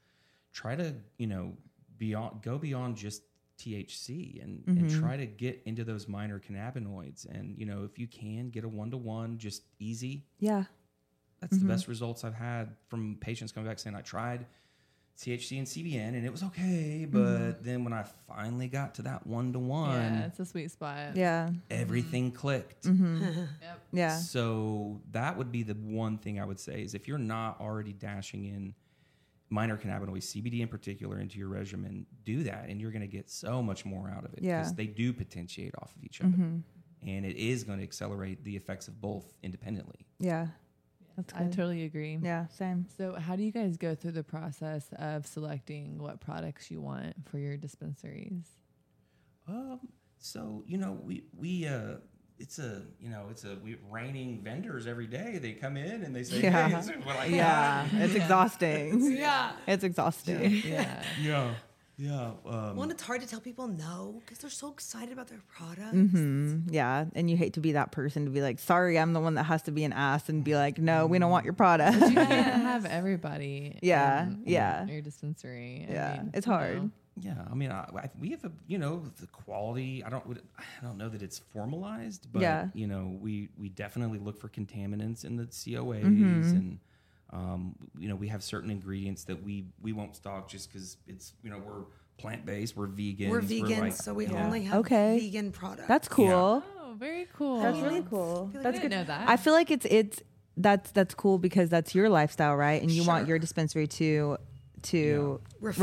[SPEAKER 4] try to you know beyond go beyond just THC and, and try to get into those minor cannabinoids and you know if you can get a one to one just easy
[SPEAKER 2] Yeah.
[SPEAKER 4] that's
[SPEAKER 2] Mm-hmm.
[SPEAKER 4] the best results I've had from patients coming back saying I tried THC and CBN and it was
[SPEAKER 2] Mm-hmm.
[SPEAKER 4] okay, but then when I finally got to that one to
[SPEAKER 1] Yeah,
[SPEAKER 4] one,
[SPEAKER 1] it's a sweet spot.
[SPEAKER 2] Yeah.
[SPEAKER 4] everything clicked.
[SPEAKER 1] Yep.
[SPEAKER 2] Mm-hmm. Yeah.
[SPEAKER 4] So that would be the one thing I would say is if you're not already dashing in minor cannabinoids, CBD in particular, into your regimen, do that, and you're going to get so much more out of it
[SPEAKER 2] Yeah.
[SPEAKER 4] they do potentiate off of each other,
[SPEAKER 2] Mm-hmm.
[SPEAKER 4] and it is going to accelerate the effects of both independently.
[SPEAKER 2] Yeah. That's
[SPEAKER 1] I
[SPEAKER 2] good.
[SPEAKER 1] totally agree.
[SPEAKER 2] yeah, same.
[SPEAKER 1] So, how do you guys go through the process of selecting what products you want for your dispensaries?
[SPEAKER 4] Um, so you know, we we uh, it's a you know, it's a we raining vendors every day. They come in and they say,
[SPEAKER 2] Yeah.
[SPEAKER 4] "Hey, this is what I
[SPEAKER 2] Yeah, it's exhausting.
[SPEAKER 3] Yeah.
[SPEAKER 2] It's exhausting.
[SPEAKER 1] Yeah.
[SPEAKER 4] got." Yeah, yeah. Um,
[SPEAKER 3] One, it's hard to tell people no because they're so excited about their product.
[SPEAKER 2] Mm, yeah, and you hate to be that person to be like, "Sorry, I'm the one that has to be an ass," and be like, "No, we don't want your product."
[SPEAKER 1] You can't have everybody.
[SPEAKER 2] Yeah,
[SPEAKER 1] in
[SPEAKER 2] Um, yeah.
[SPEAKER 1] Your dispensary. I
[SPEAKER 2] yeah,
[SPEAKER 1] mean,
[SPEAKER 2] it's
[SPEAKER 1] you
[SPEAKER 2] hard.
[SPEAKER 1] know.
[SPEAKER 4] yeah, I mean, I, I, we have a you know the quality. I don't I don't know that it's formalized, but
[SPEAKER 2] Yeah.
[SPEAKER 4] you know, we we definitely look for contaminants in the COAs
[SPEAKER 3] Mm-hmm.
[SPEAKER 4] and. Um, you know, we have certain ingredients that we we won't stock just because it's you know we're plant based, we're vegan,
[SPEAKER 3] We're vegans, so we only have
[SPEAKER 2] Okay.
[SPEAKER 3] vegan products.
[SPEAKER 2] That's cool.
[SPEAKER 1] Oh, very cool.
[SPEAKER 2] That's really cool.
[SPEAKER 1] I
[SPEAKER 2] That's
[SPEAKER 1] didn't
[SPEAKER 2] good.
[SPEAKER 1] know that.
[SPEAKER 2] I feel like it's it's that's that's cool because that's your lifestyle, right? And you want your dispensary to to reflect.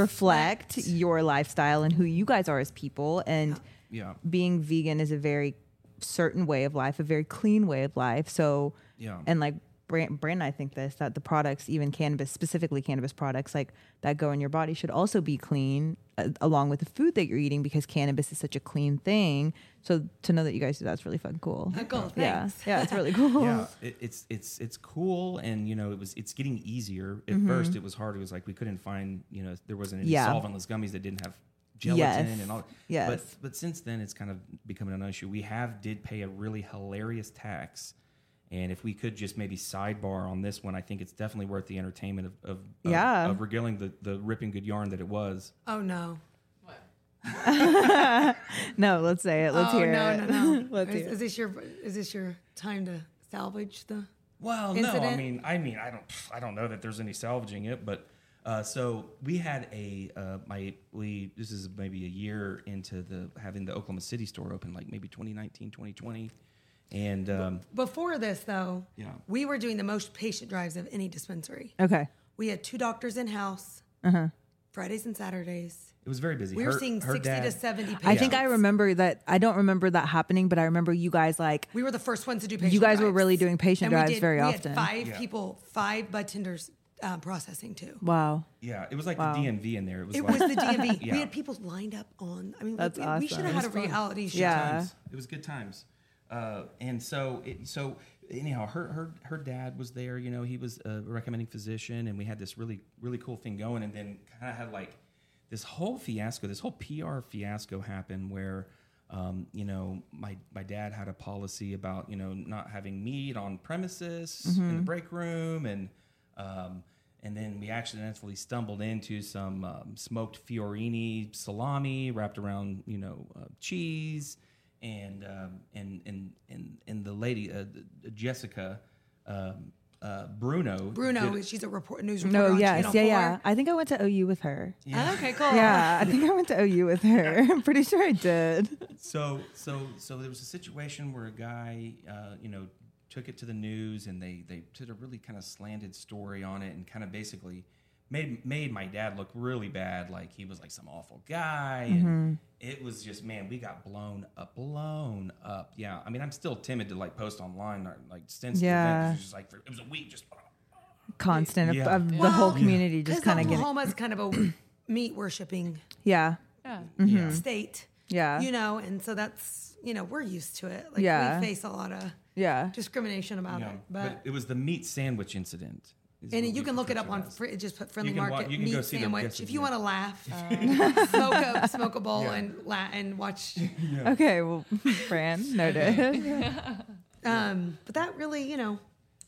[SPEAKER 3] Reflect.
[SPEAKER 2] your lifestyle and who you guys are as people and.
[SPEAKER 4] yeah,
[SPEAKER 2] being vegan is a very certain way of life, a very clean way of life. So,
[SPEAKER 4] Yeah.
[SPEAKER 2] and like Brand, Brand, and I think this that the products, even cannabis, specifically cannabis products, like that go in your body, should also be clean uh, along with the food that you're eating because cannabis is such a clean thing. So to know that you guys do that's really fucking cool.
[SPEAKER 3] cool.
[SPEAKER 2] Yeah,
[SPEAKER 3] Thanks.
[SPEAKER 2] yeah, it's really cool.
[SPEAKER 4] yeah it, it's it's it's cool and you know it was it's getting easier at first it was hard it was like we couldn't find you know there wasn't any
[SPEAKER 2] Mm-hmm. Yeah.
[SPEAKER 4] solventless gummies that didn't have gelatin
[SPEAKER 2] Yes.
[SPEAKER 4] and all but
[SPEAKER 2] Yes.
[SPEAKER 4] but since then it's kind of becoming an issue we have did pay a really hilarious tax and if we could just maybe sidebar on this one i think it's definitely worth the entertainment of of, of-
[SPEAKER 2] Yeah.
[SPEAKER 4] of regaling the the ripping good yarn that it was
[SPEAKER 3] Oh no.
[SPEAKER 2] No, let's say it. Let's
[SPEAKER 3] oh
[SPEAKER 2] hear
[SPEAKER 3] no,
[SPEAKER 2] it.
[SPEAKER 3] no, no,
[SPEAKER 2] Let's
[SPEAKER 3] Is,
[SPEAKER 2] hear
[SPEAKER 3] is this your is this your time to salvage the?
[SPEAKER 4] Well, no, I
[SPEAKER 3] incident?
[SPEAKER 4] mean, I mean, I don't, pff, I don't know that there's any salvaging it, but uh, so we had a, uh, my, we, this is maybe a year into the having the Oklahoma City store open, like maybe 2019, 2020, and um,
[SPEAKER 3] Before this though,
[SPEAKER 4] Yeah.
[SPEAKER 3] we were doing the most patient drives of any dispensary.
[SPEAKER 2] Okay.
[SPEAKER 3] We had two doctors in house,
[SPEAKER 2] Uh-huh.
[SPEAKER 3] Fridays and Saturdays.
[SPEAKER 4] it was very busy.
[SPEAKER 3] We were
[SPEAKER 4] Her-
[SPEAKER 3] seeing
[SPEAKER 4] her
[SPEAKER 3] sixty to
[SPEAKER 4] dad-
[SPEAKER 3] seventy. patients.
[SPEAKER 2] I think I remember that. I don't remember that happening, but I remember you guys like
[SPEAKER 3] We were the first ones to do patient.
[SPEAKER 2] You guys were
[SPEAKER 3] drives.
[SPEAKER 2] really doing patient
[SPEAKER 3] we
[SPEAKER 2] drives very
[SPEAKER 3] we had
[SPEAKER 2] often.
[SPEAKER 3] five
[SPEAKER 4] Yeah.
[SPEAKER 3] people, five bartenders uh, processing too.
[SPEAKER 2] wow.
[SPEAKER 4] Yeah, it was like the DMV in there. It was
[SPEAKER 3] It
[SPEAKER 4] like
[SPEAKER 3] was the DMV.
[SPEAKER 4] Yeah.
[SPEAKER 3] We had people lined up on. I mean,
[SPEAKER 2] That's
[SPEAKER 3] we, we
[SPEAKER 2] awesome.
[SPEAKER 3] should have had
[SPEAKER 4] It
[SPEAKER 3] a
[SPEAKER 4] was fun.
[SPEAKER 3] reality show.
[SPEAKER 2] Yeah.
[SPEAKER 4] times. It was good times. Uh, and so, it, so anyhow, her her her dad was there. You know, he was a recommending physician, and we had this really really cool thing going. And then kind of had like this whole fiasco, this whole PR fiasco happen where. Um, you know, my, my dad had a policy about you know not having meat on premises in the break room, and um, and then we accidentally stumbled into some um, smoked fiorini salami wrapped around you know uh, cheese, and um, and and and and the lady uh, uh, Jessica um, uh, Bruno.
[SPEAKER 3] Bruno,
[SPEAKER 4] did-
[SPEAKER 3] she's a report, news reporter.
[SPEAKER 2] No,
[SPEAKER 3] on
[SPEAKER 2] Oh, yes,
[SPEAKER 3] Channel
[SPEAKER 2] yeah, yeah.
[SPEAKER 3] 4.
[SPEAKER 2] I think I went to OU with her.
[SPEAKER 3] Oh, okay, cool.
[SPEAKER 2] Yeah, I think I went to OU with her. I'm pretty sure I did.
[SPEAKER 4] so so so there was a situation where a guy uh, you know took it to the news and they they did a really kind of slanted story on it and kind of basically made made my dad look really bad. Like he was like some awful guy. And it was just man, we got blown up, blown up. Yeah, I mean, I'm still timid to like post online or like since
[SPEAKER 2] Yeah.
[SPEAKER 4] the event, 'cause it's just like for, it was a week just.
[SPEAKER 2] Constant of-
[SPEAKER 4] Yeah.
[SPEAKER 2] of, the whole
[SPEAKER 3] Well,
[SPEAKER 2] community just
[SPEAKER 3] Because
[SPEAKER 2] kind of getting.
[SPEAKER 3] Oklahoma's kind of a meat worshiping
[SPEAKER 2] Yeah.
[SPEAKER 1] Yeah.
[SPEAKER 4] Yeah.
[SPEAKER 3] state.
[SPEAKER 2] Mm. Yeah.
[SPEAKER 3] You know, and so that's you know we're used to it. Like
[SPEAKER 2] Yeah.
[SPEAKER 3] we face a lot of
[SPEAKER 2] Yeah.
[SPEAKER 3] discrimination about
[SPEAKER 4] Yeah,
[SPEAKER 3] it,
[SPEAKER 4] but,
[SPEAKER 3] but.
[SPEAKER 4] it was the meat sandwich incident. is
[SPEAKER 3] and
[SPEAKER 4] what
[SPEAKER 3] you
[SPEAKER 4] we
[SPEAKER 3] can look it
[SPEAKER 4] refer
[SPEAKER 3] up
[SPEAKER 4] to
[SPEAKER 3] on
[SPEAKER 4] as.
[SPEAKER 3] fr- just put friendly
[SPEAKER 4] can wa-
[SPEAKER 3] market
[SPEAKER 4] you can go
[SPEAKER 3] meat
[SPEAKER 4] see their
[SPEAKER 3] sandwich
[SPEAKER 4] guesses,
[SPEAKER 3] if you
[SPEAKER 4] yeah.
[SPEAKER 3] want to laugh, uh, smoke a smoke a bowl and la- and watch.
[SPEAKER 2] Okay. Well, Fran, noted.
[SPEAKER 3] Um, but that really, you know,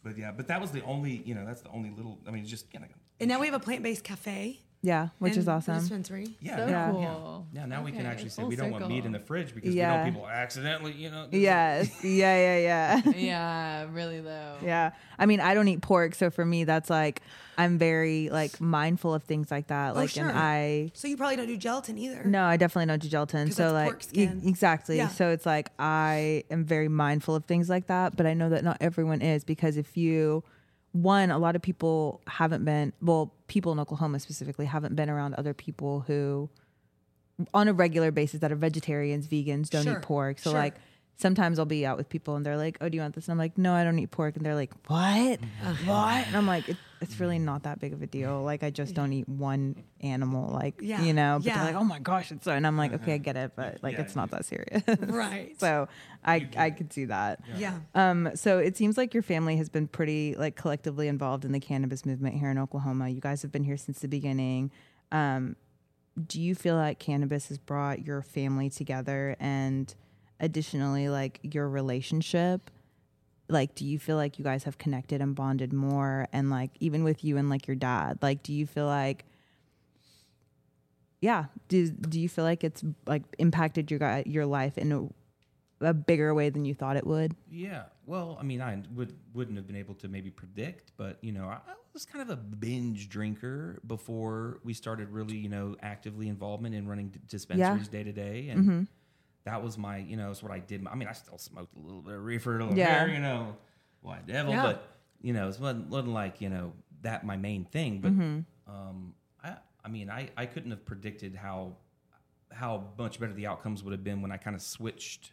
[SPEAKER 4] But yeah, but that was the only you know that's the only little. I mean, it's just you know,
[SPEAKER 3] and now we have a plant based cafe,
[SPEAKER 2] yeah, which
[SPEAKER 3] and
[SPEAKER 2] is
[SPEAKER 3] the
[SPEAKER 2] awesome.
[SPEAKER 3] dispensary.
[SPEAKER 4] yeah.
[SPEAKER 1] So
[SPEAKER 4] now-
[SPEAKER 2] Yeah.
[SPEAKER 1] cool.
[SPEAKER 4] Now, now we can
[SPEAKER 1] Okay,
[SPEAKER 4] actually say
[SPEAKER 1] full
[SPEAKER 4] we don't want meat
[SPEAKER 1] circle.
[SPEAKER 4] in the fridge because
[SPEAKER 2] Yeah.
[SPEAKER 4] we know people accidentally, you know. this is-
[SPEAKER 2] Yes. Yeah. Yeah. Yeah.
[SPEAKER 1] Yeah, really low.
[SPEAKER 2] Yeah. I mean, I don't eat pork, so for me that's like I'm very like mindful of things like that. Like
[SPEAKER 3] Oh, sure.
[SPEAKER 2] and I
[SPEAKER 3] So you probably don't do gelatin either.
[SPEAKER 2] no, I definitely don't do gelatin.
[SPEAKER 3] 'Cause
[SPEAKER 2] So
[SPEAKER 3] that's
[SPEAKER 2] like
[SPEAKER 3] pork skin.
[SPEAKER 2] e- exactly.
[SPEAKER 3] Yeah.
[SPEAKER 2] So it's like I am very mindful of things like that, but I know that not everyone is because if you one, a lot of people haven't been well, people in Oklahoma specifically haven't been around other people who on a regular basis that are vegetarians, vegans, don't
[SPEAKER 3] Sure.
[SPEAKER 2] eat pork. So
[SPEAKER 3] Sure.
[SPEAKER 2] like sometimes I'll be out with people and they're like, "Oh, do you want this?" And I'm like, "No, I don't eat pork." And they're like, "What? What?" And I'm like, it, "It's really not that big of a deal. Like I just don't eat one animal. Like
[SPEAKER 3] Yeah.
[SPEAKER 2] you know." But
[SPEAKER 3] Yeah.
[SPEAKER 2] they're like, "Oh my gosh, it's so." And I'm like, "Okay, I get it, but like
[SPEAKER 4] Yeah,
[SPEAKER 2] it's not that serious."
[SPEAKER 3] Right.
[SPEAKER 2] so I I could see that.
[SPEAKER 3] yeah.
[SPEAKER 2] Um, so it seems like your family has been pretty like collectively involved in the cannabis movement here in Oklahoma. You guys have been here since the beginning. Um, do you feel like cannabis has brought your family together and additionally like your relationship? Like, do you feel like you guys have connected and bonded more? And like, even with you and like your dad, like, do you feel like, yeah, do do you feel like it's like impacted your guy your life in a, a bigger way than you thought it would?
[SPEAKER 4] Yeah. Well, I mean, I would wouldn't have been able to maybe predict, but you know, I, I was kind of a binge drinker before we started really, you know, actively involvement in running d- dispensaries day to day, and that was my, you know, it's what I did. I mean, I still smoked a little bit of reefer, a little
[SPEAKER 2] Yeah.
[SPEAKER 4] hair, you know, why devil,
[SPEAKER 3] Yeah.
[SPEAKER 4] but you know, it wasn't, wasn't like you know that my main thing, but um, I, I mean, I, I couldn't have predicted how how much better the outcomes would have been when I kind of switched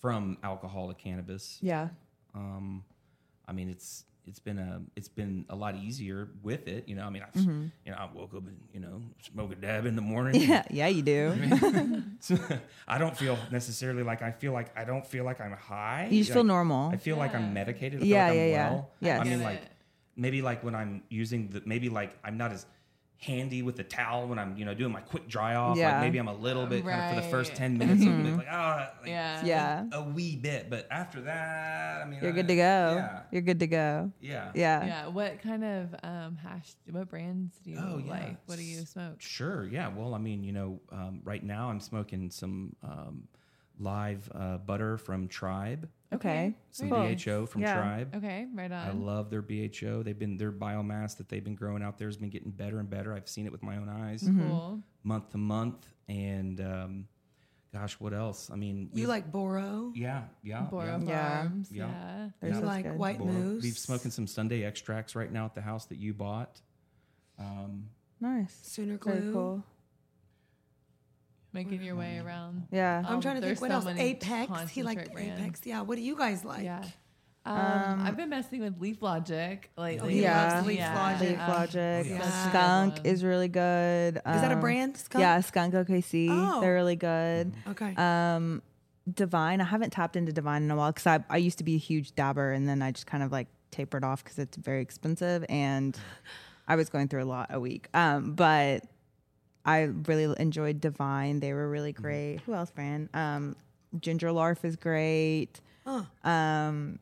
[SPEAKER 4] from alcohol to cannabis.
[SPEAKER 2] Yeah.
[SPEAKER 4] Um, I mean, it's it's been a it's been a lot easier with it. You know, I mean, I you know I woke up and you know smoke a dab in the morning.
[SPEAKER 2] Mm-hmm. Yeah, yeah, you do.
[SPEAKER 4] So, I don't feel necessarily like I feel like I don't feel like I'm high.
[SPEAKER 2] You just feel
[SPEAKER 4] Like,
[SPEAKER 2] normal.
[SPEAKER 4] I feel like I'm medicated. I feel
[SPEAKER 2] Yeah,
[SPEAKER 4] like I'm
[SPEAKER 2] yeah, yeah.
[SPEAKER 4] well.
[SPEAKER 2] Yes.
[SPEAKER 4] I mean,
[SPEAKER 1] Get
[SPEAKER 4] like
[SPEAKER 1] it.
[SPEAKER 4] maybe like when I'm using the maybe like I'm not as handy with the towel when I'm you know doing my quick dry off.
[SPEAKER 2] Yeah. Mm-hmm.
[SPEAKER 4] Like maybe I'm a little bit kind of for the first
[SPEAKER 1] Right.
[SPEAKER 4] ten minutes. I'm a bit like ah, like,
[SPEAKER 1] Yeah.
[SPEAKER 2] Yeah.
[SPEAKER 4] a wee bit, but after that, I mean,
[SPEAKER 2] You're
[SPEAKER 4] I-
[SPEAKER 2] good to go.
[SPEAKER 4] Yeah,
[SPEAKER 2] You're good to go.
[SPEAKER 4] yeah,
[SPEAKER 2] Yeah.
[SPEAKER 1] Yeah. What kind of um hash? What brands do you
[SPEAKER 4] Oh, yeah.
[SPEAKER 1] like? What do you smoke?
[SPEAKER 4] Sure. Yeah. Well, I mean, you know, um, right now I'm smoking some um, live uh, butter from Tribe,
[SPEAKER 2] Okay.
[SPEAKER 4] some
[SPEAKER 2] Cool.
[SPEAKER 4] BHO from
[SPEAKER 2] Yeah.
[SPEAKER 4] Tribe.
[SPEAKER 1] Okay, right on.
[SPEAKER 4] I love their BHO. They've been their biomass that they've been growing out there has been getting better and better. I've seen it with my own eyes,
[SPEAKER 3] Mm-hmm.
[SPEAKER 1] cool.
[SPEAKER 4] month to month. And um, gosh, what else? I mean,
[SPEAKER 3] You
[SPEAKER 4] we've-
[SPEAKER 3] like Boro?
[SPEAKER 4] yeah, yeah,
[SPEAKER 1] Boro
[SPEAKER 4] yeah.
[SPEAKER 2] Yeah.
[SPEAKER 1] Farms. Yeah.
[SPEAKER 4] Yeah.
[SPEAKER 2] They're
[SPEAKER 3] you
[SPEAKER 2] so
[SPEAKER 3] like
[SPEAKER 2] good.
[SPEAKER 3] White
[SPEAKER 4] Boro.
[SPEAKER 3] Moose?
[SPEAKER 4] We've smoking some Sunday extracts right now at the house that you bought. Um,
[SPEAKER 2] Nice.
[SPEAKER 3] Sooner Glue.
[SPEAKER 2] Very cool.
[SPEAKER 1] Making your way around.
[SPEAKER 2] Yeah.
[SPEAKER 3] I'm
[SPEAKER 1] Um,
[SPEAKER 3] trying to think
[SPEAKER 1] there's
[SPEAKER 3] what
[SPEAKER 1] so
[SPEAKER 3] else.
[SPEAKER 1] many
[SPEAKER 3] Apex. He liked
[SPEAKER 1] concentrate brands.
[SPEAKER 3] Apex. Yeah. What do you guys like?
[SPEAKER 1] Yeah. Um, I've been messing with Leaf Logic lately.
[SPEAKER 3] he
[SPEAKER 2] Yeah. loves
[SPEAKER 3] Leaf Logic.
[SPEAKER 2] Leaf
[SPEAKER 1] Um,
[SPEAKER 2] Logic.
[SPEAKER 1] yeah.
[SPEAKER 3] That's a good
[SPEAKER 2] Skunk
[SPEAKER 1] one.
[SPEAKER 2] is really good.
[SPEAKER 3] Is that a
[SPEAKER 2] Um,
[SPEAKER 3] brand? Skunk?
[SPEAKER 2] Yeah, Skunk OKC.
[SPEAKER 3] Oh.
[SPEAKER 2] They're really good.
[SPEAKER 3] Okay.
[SPEAKER 2] Um, Divine. I haven't tapped into Divine in a while because I, I used to be a huge dabber and then I just kind of like tapered off because it's very expensive and I was going through a lot a week. Um, but I really enjoyed Divine. They were really great. Who else, Fran? Um, Ginger Larf is great. Um,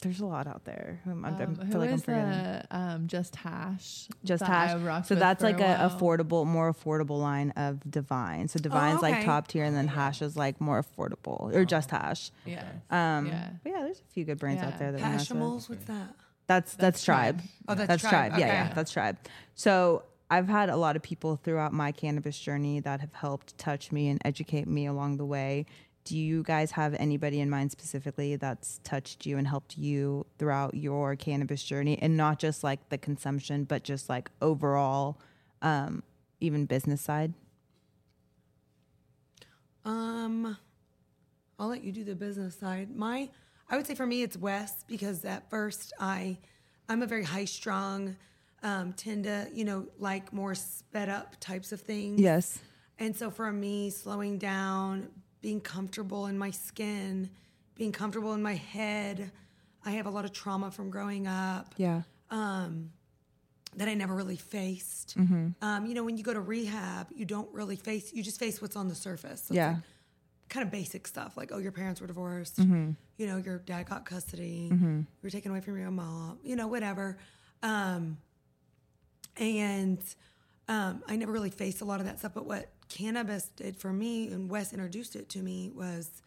[SPEAKER 2] there's a lot out there. I'm, I'm,
[SPEAKER 1] Um,
[SPEAKER 2] I
[SPEAKER 1] who
[SPEAKER 2] feel like I'm
[SPEAKER 1] is
[SPEAKER 2] forgetting.
[SPEAKER 1] the, um, Just Hash?
[SPEAKER 2] Just
[SPEAKER 1] that I
[SPEAKER 2] hash.
[SPEAKER 1] rocked
[SPEAKER 2] So
[SPEAKER 1] with
[SPEAKER 2] that's
[SPEAKER 1] for
[SPEAKER 2] like a,
[SPEAKER 1] while? Oh,
[SPEAKER 2] affordable, more affordable line of divine. So divine's like
[SPEAKER 3] okay.
[SPEAKER 2] top tier, and then hash is like more affordable or just hash.
[SPEAKER 1] Oh. Yeah.
[SPEAKER 2] Um,
[SPEAKER 1] Yeah.
[SPEAKER 2] But yeah, there's a few good brands out
[SPEAKER 1] Yeah.
[SPEAKER 2] there that we mess with.
[SPEAKER 3] Pashamals. What's that?
[SPEAKER 2] That's that's tribe.
[SPEAKER 3] Oh, that's
[SPEAKER 2] tribe.
[SPEAKER 3] Tribe.
[SPEAKER 2] Yeah,
[SPEAKER 3] Okay.
[SPEAKER 2] yeah, that's tribe. So I've had a lot of people throughout my cannabis journey that have helped touch me and educate me along the way Do you guys have anybody in mind specifically that's touched you and helped you throughout your cannabis journey and not just like the consumption, but just like overall, um, even business side?
[SPEAKER 3] Um, I'll let you do the business side. My, I would say for me, it's Wes because at first I, I'm a very high strung, um, tend to you know like more sped up types of things.
[SPEAKER 2] Yes.
[SPEAKER 3] And so for me, slowing down, being comfortable in my skin, being comfortable in my head. I have a lot of trauma from growing up um,
[SPEAKER 2] Yeah.
[SPEAKER 3] that I never really faced.
[SPEAKER 2] Mm-hmm.
[SPEAKER 3] Um, you know, when you go to rehab, you don't really face, you just face what's on the surface. So it's
[SPEAKER 2] Yeah.
[SPEAKER 3] like kind of basic stuff like, oh, your parents were divorced.
[SPEAKER 2] Mm-hmm.
[SPEAKER 3] You know, your dad got custody. You were taken away from your mom, you know, whatever. Um, and um, I never really faced a lot of that stuff. But what cannabis did for me, and Wes introduced it to me, was,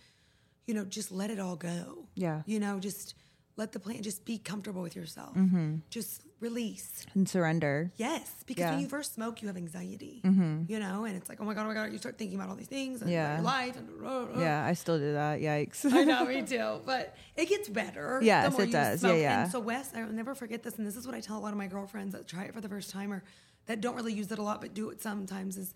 [SPEAKER 3] you know, just let it all go.
[SPEAKER 2] Yeah.
[SPEAKER 3] You know, just let the plant, just be comfortable with yourself.
[SPEAKER 2] Mm-hmm.
[SPEAKER 3] Just release.
[SPEAKER 2] And surrender.
[SPEAKER 3] Yes, because
[SPEAKER 2] Yeah. Mm-hmm.
[SPEAKER 3] when you first smoke, you have anxiety, you know, and it's like, oh my god, oh my god, you start thinking about all these things and
[SPEAKER 2] Yeah.
[SPEAKER 3] about your life and uh, blah, blah, blah.
[SPEAKER 2] Yeah. I still do that. Yikes.
[SPEAKER 3] Oh. I know, me too. But it gets better.
[SPEAKER 2] Yes,
[SPEAKER 3] the more
[SPEAKER 2] it
[SPEAKER 3] you
[SPEAKER 2] does. Yeah,
[SPEAKER 3] Smoke.
[SPEAKER 2] yeah.
[SPEAKER 3] And so Wes, I'll never forget this, and this is what I tell a lot of my girlfriends that try it for the first time or that don't really use it a lot but do it sometimes. Is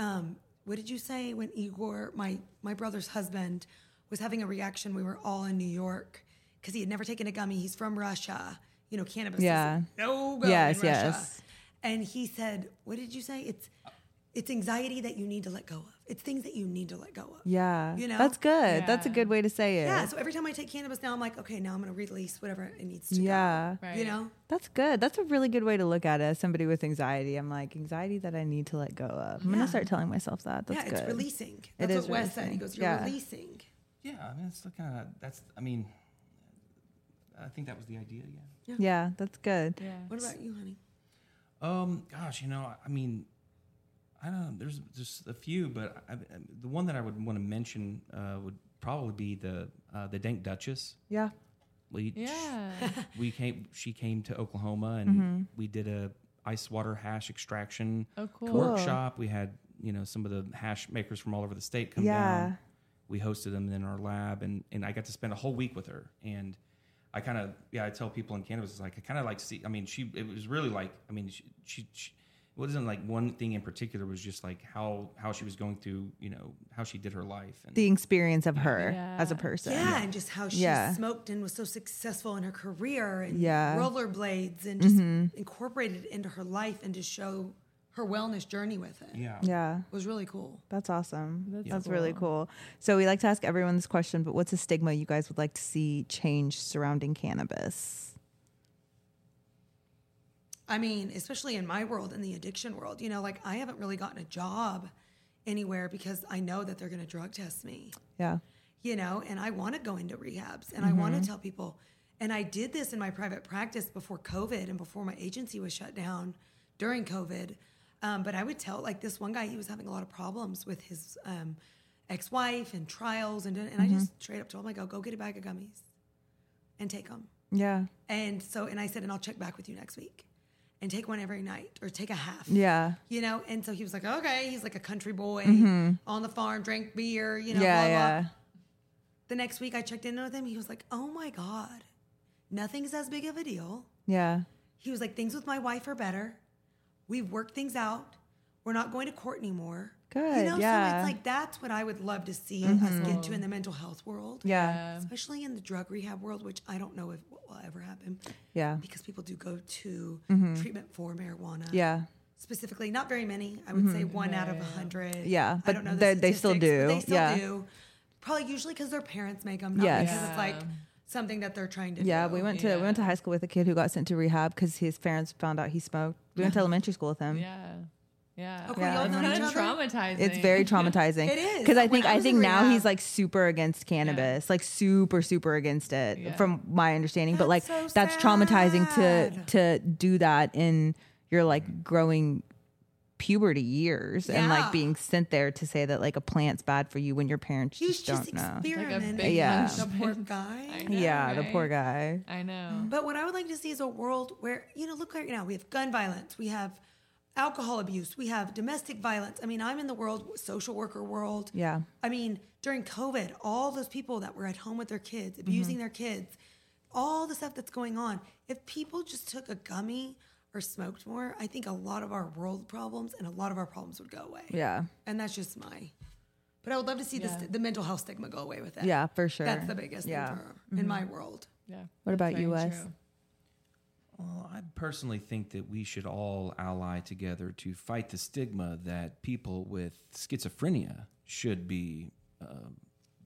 [SPEAKER 3] um, what did you say when Igor, my my brother's husband, was having a reaction? We were all in New York because he had never taken a gummy. He's from Russia. You know, cannabis. is
[SPEAKER 2] Yeah.
[SPEAKER 3] No go
[SPEAKER 2] Yes,
[SPEAKER 3] in Russia.
[SPEAKER 2] yes.
[SPEAKER 3] And he said, "What did you say? It's." It's anxiety that you need to let go of. It's things that you need to let go of.
[SPEAKER 2] Yeah.
[SPEAKER 3] You know?
[SPEAKER 2] That's good. That's a
[SPEAKER 1] Yeah.
[SPEAKER 2] good way to say it.
[SPEAKER 3] Yeah. So every time I take cannabis now, I'm like, okay, now I'm gonna release whatever it needs to.
[SPEAKER 2] Yeah.
[SPEAKER 3] Go.
[SPEAKER 1] Right.
[SPEAKER 3] You know.
[SPEAKER 2] That's good. That's a really good way to look at it. As somebody with anxiety, I'm like, anxiety that I need to let go of. I'm going to
[SPEAKER 3] Yeah.
[SPEAKER 2] start telling myself that. That's
[SPEAKER 3] yeah,
[SPEAKER 2] good.
[SPEAKER 3] it's releasing. That's
[SPEAKER 2] is
[SPEAKER 3] what Wes said. He
[SPEAKER 2] releasing.
[SPEAKER 3] goes, you're
[SPEAKER 2] Yeah.
[SPEAKER 3] releasing.
[SPEAKER 4] Yeah, I mean, it's kind of that's. I mean, I think that was the idea. Yeah.
[SPEAKER 2] yeah, that's good.
[SPEAKER 1] Yeah.
[SPEAKER 3] What about you, honey?
[SPEAKER 4] Um, gosh, you know, I mean, I don't know. There's just a few, but I, I, the one that I would want to mention uh, would probably be the uh, the Dank Duchess.
[SPEAKER 2] Yeah.
[SPEAKER 4] We
[SPEAKER 1] Yeah.
[SPEAKER 4] we came. She came to Oklahoma, and we did a ice water hash extraction
[SPEAKER 1] Oh, cool.
[SPEAKER 4] workshop. We had you know some of the hash makers from all over the state come
[SPEAKER 2] Yeah.
[SPEAKER 4] down. We hosted them in our lab, and and I got to spend a whole week with her. And I kind of yeah, I tell people in cannabis it's like I kind of like see. I mean, she it was really like I mean she she. she it wasn't like one thing in particular it was just like how how she was going through you know how she did her life and
[SPEAKER 2] The experience of her as a
[SPEAKER 1] Yeah.
[SPEAKER 2] person.
[SPEAKER 3] yeah, and just how she
[SPEAKER 2] Yeah.
[SPEAKER 3] smoked and was so successful in her career and
[SPEAKER 2] Yeah. Mm-hmm.
[SPEAKER 3] rollerblades and just incorporated it into her life and to show her wellness journey with it.
[SPEAKER 4] yeah
[SPEAKER 2] Yeah.
[SPEAKER 3] Was really cool.
[SPEAKER 2] That's awesome. That's,
[SPEAKER 1] That's
[SPEAKER 2] really cool. So we like to ask everyone this question, but what's a stigma you guys would like to see change surrounding cannabis?
[SPEAKER 3] I mean, especially in my world, in the addiction world, you know, like I haven't really gotten a job anywhere because I know that they're gonna drug test me.
[SPEAKER 2] Yeah.
[SPEAKER 3] you know, and I want to go into rehabs and I want
[SPEAKER 2] Mm-hmm.
[SPEAKER 3] to tell people. And I did this in my private practice before COVID and before my agency was shut down during COVID. Um, but I would tell, like, this one guy, he was having a lot of problems with his um, ex wife and trials. And, and I
[SPEAKER 2] Mm-hmm.
[SPEAKER 3] just straight up told him, I go, go get a bag of gummies and take them.
[SPEAKER 2] Yeah.
[SPEAKER 3] And so, and I said, and I'll check back with you next week and take one every night or take a half
[SPEAKER 2] Yeah.
[SPEAKER 3] you know. And so he was like, okay, he's like a country boy on the farm, drank beer, you know.
[SPEAKER 2] Mm-hmm. yeah.
[SPEAKER 3] blah,
[SPEAKER 2] yeah.
[SPEAKER 3] Blah. The next week, I checked in with him. He was like, oh my god, nothing's as big of a deal.
[SPEAKER 2] Yeah.
[SPEAKER 3] He was like, things with my wife are better. We've worked things out. We're not going to court anymore.
[SPEAKER 2] Good,
[SPEAKER 3] You know, so
[SPEAKER 2] yeah. Mm-hmm.
[SPEAKER 3] it's like that's what I would love to see us get to in the mental health world.
[SPEAKER 2] Yeah.
[SPEAKER 3] Especially in the drug rehab world, which I don't know if will ever happen
[SPEAKER 2] Yeah. Mm-hmm.
[SPEAKER 3] because people do go to treatment for marijuana
[SPEAKER 2] Yeah.
[SPEAKER 3] specifically not very many i would say one out of a hundred
[SPEAKER 2] Mm-hmm. Yeah,
[SPEAKER 3] I
[SPEAKER 2] but
[SPEAKER 3] don't know the
[SPEAKER 2] they- they still
[SPEAKER 3] statistics,
[SPEAKER 2] do.
[SPEAKER 3] but they still
[SPEAKER 2] Yeah.
[SPEAKER 3] do probably usually because their parents make them not
[SPEAKER 2] Yes.
[SPEAKER 3] because it's like
[SPEAKER 1] Yeah.
[SPEAKER 3] something that they're trying to
[SPEAKER 2] Yeah,
[SPEAKER 3] do.
[SPEAKER 2] we went to we went to high school with a kid who got sent to rehab because his parents found out he smoked. We went to elementary school with him.
[SPEAKER 1] Yeah. Yeah.
[SPEAKER 3] Okay,
[SPEAKER 2] Yeah.
[SPEAKER 3] Oh, y'all
[SPEAKER 2] It's
[SPEAKER 3] know each
[SPEAKER 1] Kind of
[SPEAKER 3] other?
[SPEAKER 1] traumatizing.
[SPEAKER 2] It's very traumatizing.
[SPEAKER 3] It is.
[SPEAKER 2] because I
[SPEAKER 3] When
[SPEAKER 2] think
[SPEAKER 3] I
[SPEAKER 2] I
[SPEAKER 3] was
[SPEAKER 2] think
[SPEAKER 3] in
[SPEAKER 2] now he's
[SPEAKER 3] rehab-
[SPEAKER 2] like super against cannabis, like super super against it,
[SPEAKER 1] Yeah.
[SPEAKER 2] from my understanding. but like
[SPEAKER 3] That's so
[SPEAKER 2] that's traumatizing to
[SPEAKER 3] sad.
[SPEAKER 2] to do that in your like growing puberty years and like
[SPEAKER 3] Yeah.
[SPEAKER 2] being sent there to say that like a plant's bad for you when your parents
[SPEAKER 3] he was
[SPEAKER 2] just don't
[SPEAKER 3] just
[SPEAKER 2] know.
[SPEAKER 3] experimenting
[SPEAKER 1] big
[SPEAKER 2] Yeah.
[SPEAKER 3] the
[SPEAKER 1] punishment.
[SPEAKER 3] poor guy
[SPEAKER 1] know,
[SPEAKER 2] yeah, the
[SPEAKER 1] right?
[SPEAKER 2] poor guy.
[SPEAKER 1] I know.
[SPEAKER 3] but what i would like to see is a world where you know look right now we have gun violence we have alcohol abuse, we have domestic violence. I mean, I'm in the world, social worker world.
[SPEAKER 2] Yeah.
[SPEAKER 3] I mean, during COVID, all those people that were at home with their kids,
[SPEAKER 2] Mm-hmm.
[SPEAKER 3] abusing their kids, all the stuff that's going on. If people just took a gummy or smoked more, I think a lot of our world problems and a lot of our problems would go away.
[SPEAKER 2] Yeah.
[SPEAKER 3] And that's just my. But I would love to see the st the mental health stigma go away with it.
[SPEAKER 2] Yeah, for sure.
[SPEAKER 3] That's the biggest
[SPEAKER 2] Yeah. Mm-hmm.
[SPEAKER 3] thing for, in my world.
[SPEAKER 1] Yeah.
[SPEAKER 2] What about
[SPEAKER 1] that's
[SPEAKER 2] you,
[SPEAKER 1] very
[SPEAKER 2] Wes?
[SPEAKER 1] true.
[SPEAKER 4] Well, I personally think that we should all ally together to fight the stigma that people with schizophrenia should be um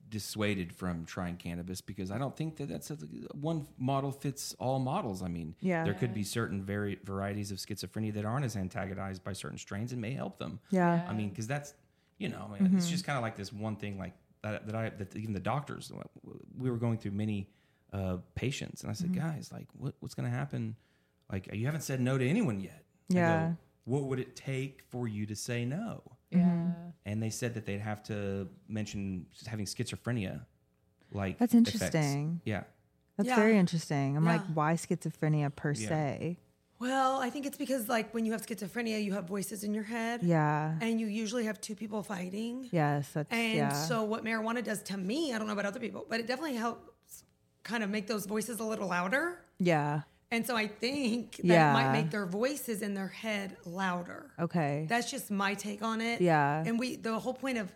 [SPEAKER 4] dissuaded from trying cannabis because I don't think that that's a, one model fits all models. I mean,
[SPEAKER 2] Yeah.
[SPEAKER 4] there could be certain vari- varieties of schizophrenia that aren't as antagonized by certain strains and may help them.
[SPEAKER 2] Yeah. Mm-hmm.
[SPEAKER 4] I mean, because that's you know, I mean, it's just kind of like this one thing like that, that I that even the doctors we were going through many uh, patients, and I said,
[SPEAKER 2] Mm-hmm.
[SPEAKER 4] guys, like what, what's going to happen? Like you haven't said no to anyone yet. I go,
[SPEAKER 2] Yeah.
[SPEAKER 4] what would it take for you to say no? Mm-hmm.
[SPEAKER 1] Yeah.
[SPEAKER 4] And they said that they'd have to mention having schizophrenia. Like
[SPEAKER 2] That's
[SPEAKER 4] effects.
[SPEAKER 2] interesting.
[SPEAKER 4] Yeah.
[SPEAKER 2] That's
[SPEAKER 3] Yeah.
[SPEAKER 2] very interesting. I'm like,
[SPEAKER 3] Yeah.
[SPEAKER 2] why schizophrenia per
[SPEAKER 4] Yeah.
[SPEAKER 2] se?
[SPEAKER 3] Well, I think it's because like when you have schizophrenia, you have voices in your head.
[SPEAKER 2] Yeah.
[SPEAKER 3] And you usually have two people fighting.
[SPEAKER 2] yes. That's
[SPEAKER 3] And
[SPEAKER 2] yeah.
[SPEAKER 3] so what marijuana does to me, I don't know about other people, but it definitely helps kind of make those voices a little louder.
[SPEAKER 2] yeah.
[SPEAKER 3] And so I think that it
[SPEAKER 2] Yeah.
[SPEAKER 3] might make their voices in their head louder.
[SPEAKER 2] Okay.
[SPEAKER 3] That's just my take on it.
[SPEAKER 2] Yeah. Mm-hmm.
[SPEAKER 3] And we the whole point of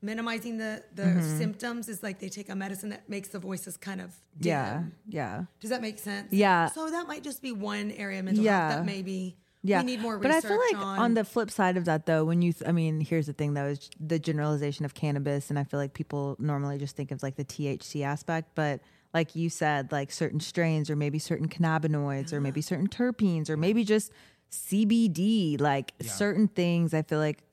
[SPEAKER 3] minimizing the the symptoms is like they take a medicine that makes the voices kind of dim.
[SPEAKER 2] yeah. Yeah.
[SPEAKER 3] Does that make sense?
[SPEAKER 2] Yeah.
[SPEAKER 3] So that might just be one area of mental
[SPEAKER 2] Yeah.
[SPEAKER 3] health that maybe
[SPEAKER 2] Yeah.
[SPEAKER 3] we need more
[SPEAKER 2] But I
[SPEAKER 3] research
[SPEAKER 2] feel like
[SPEAKER 3] on.
[SPEAKER 2] on. the flip side of that, though, when you, th- I mean, here's the thing, though, is the generalization of cannabis. And I feel like people normally just think of like the THC aspect. But like you said, like certain strains or maybe certain cannabinoids
[SPEAKER 3] Mm-hmm.
[SPEAKER 2] or maybe certain terpenes or maybe just CBD, like certain things, I feel like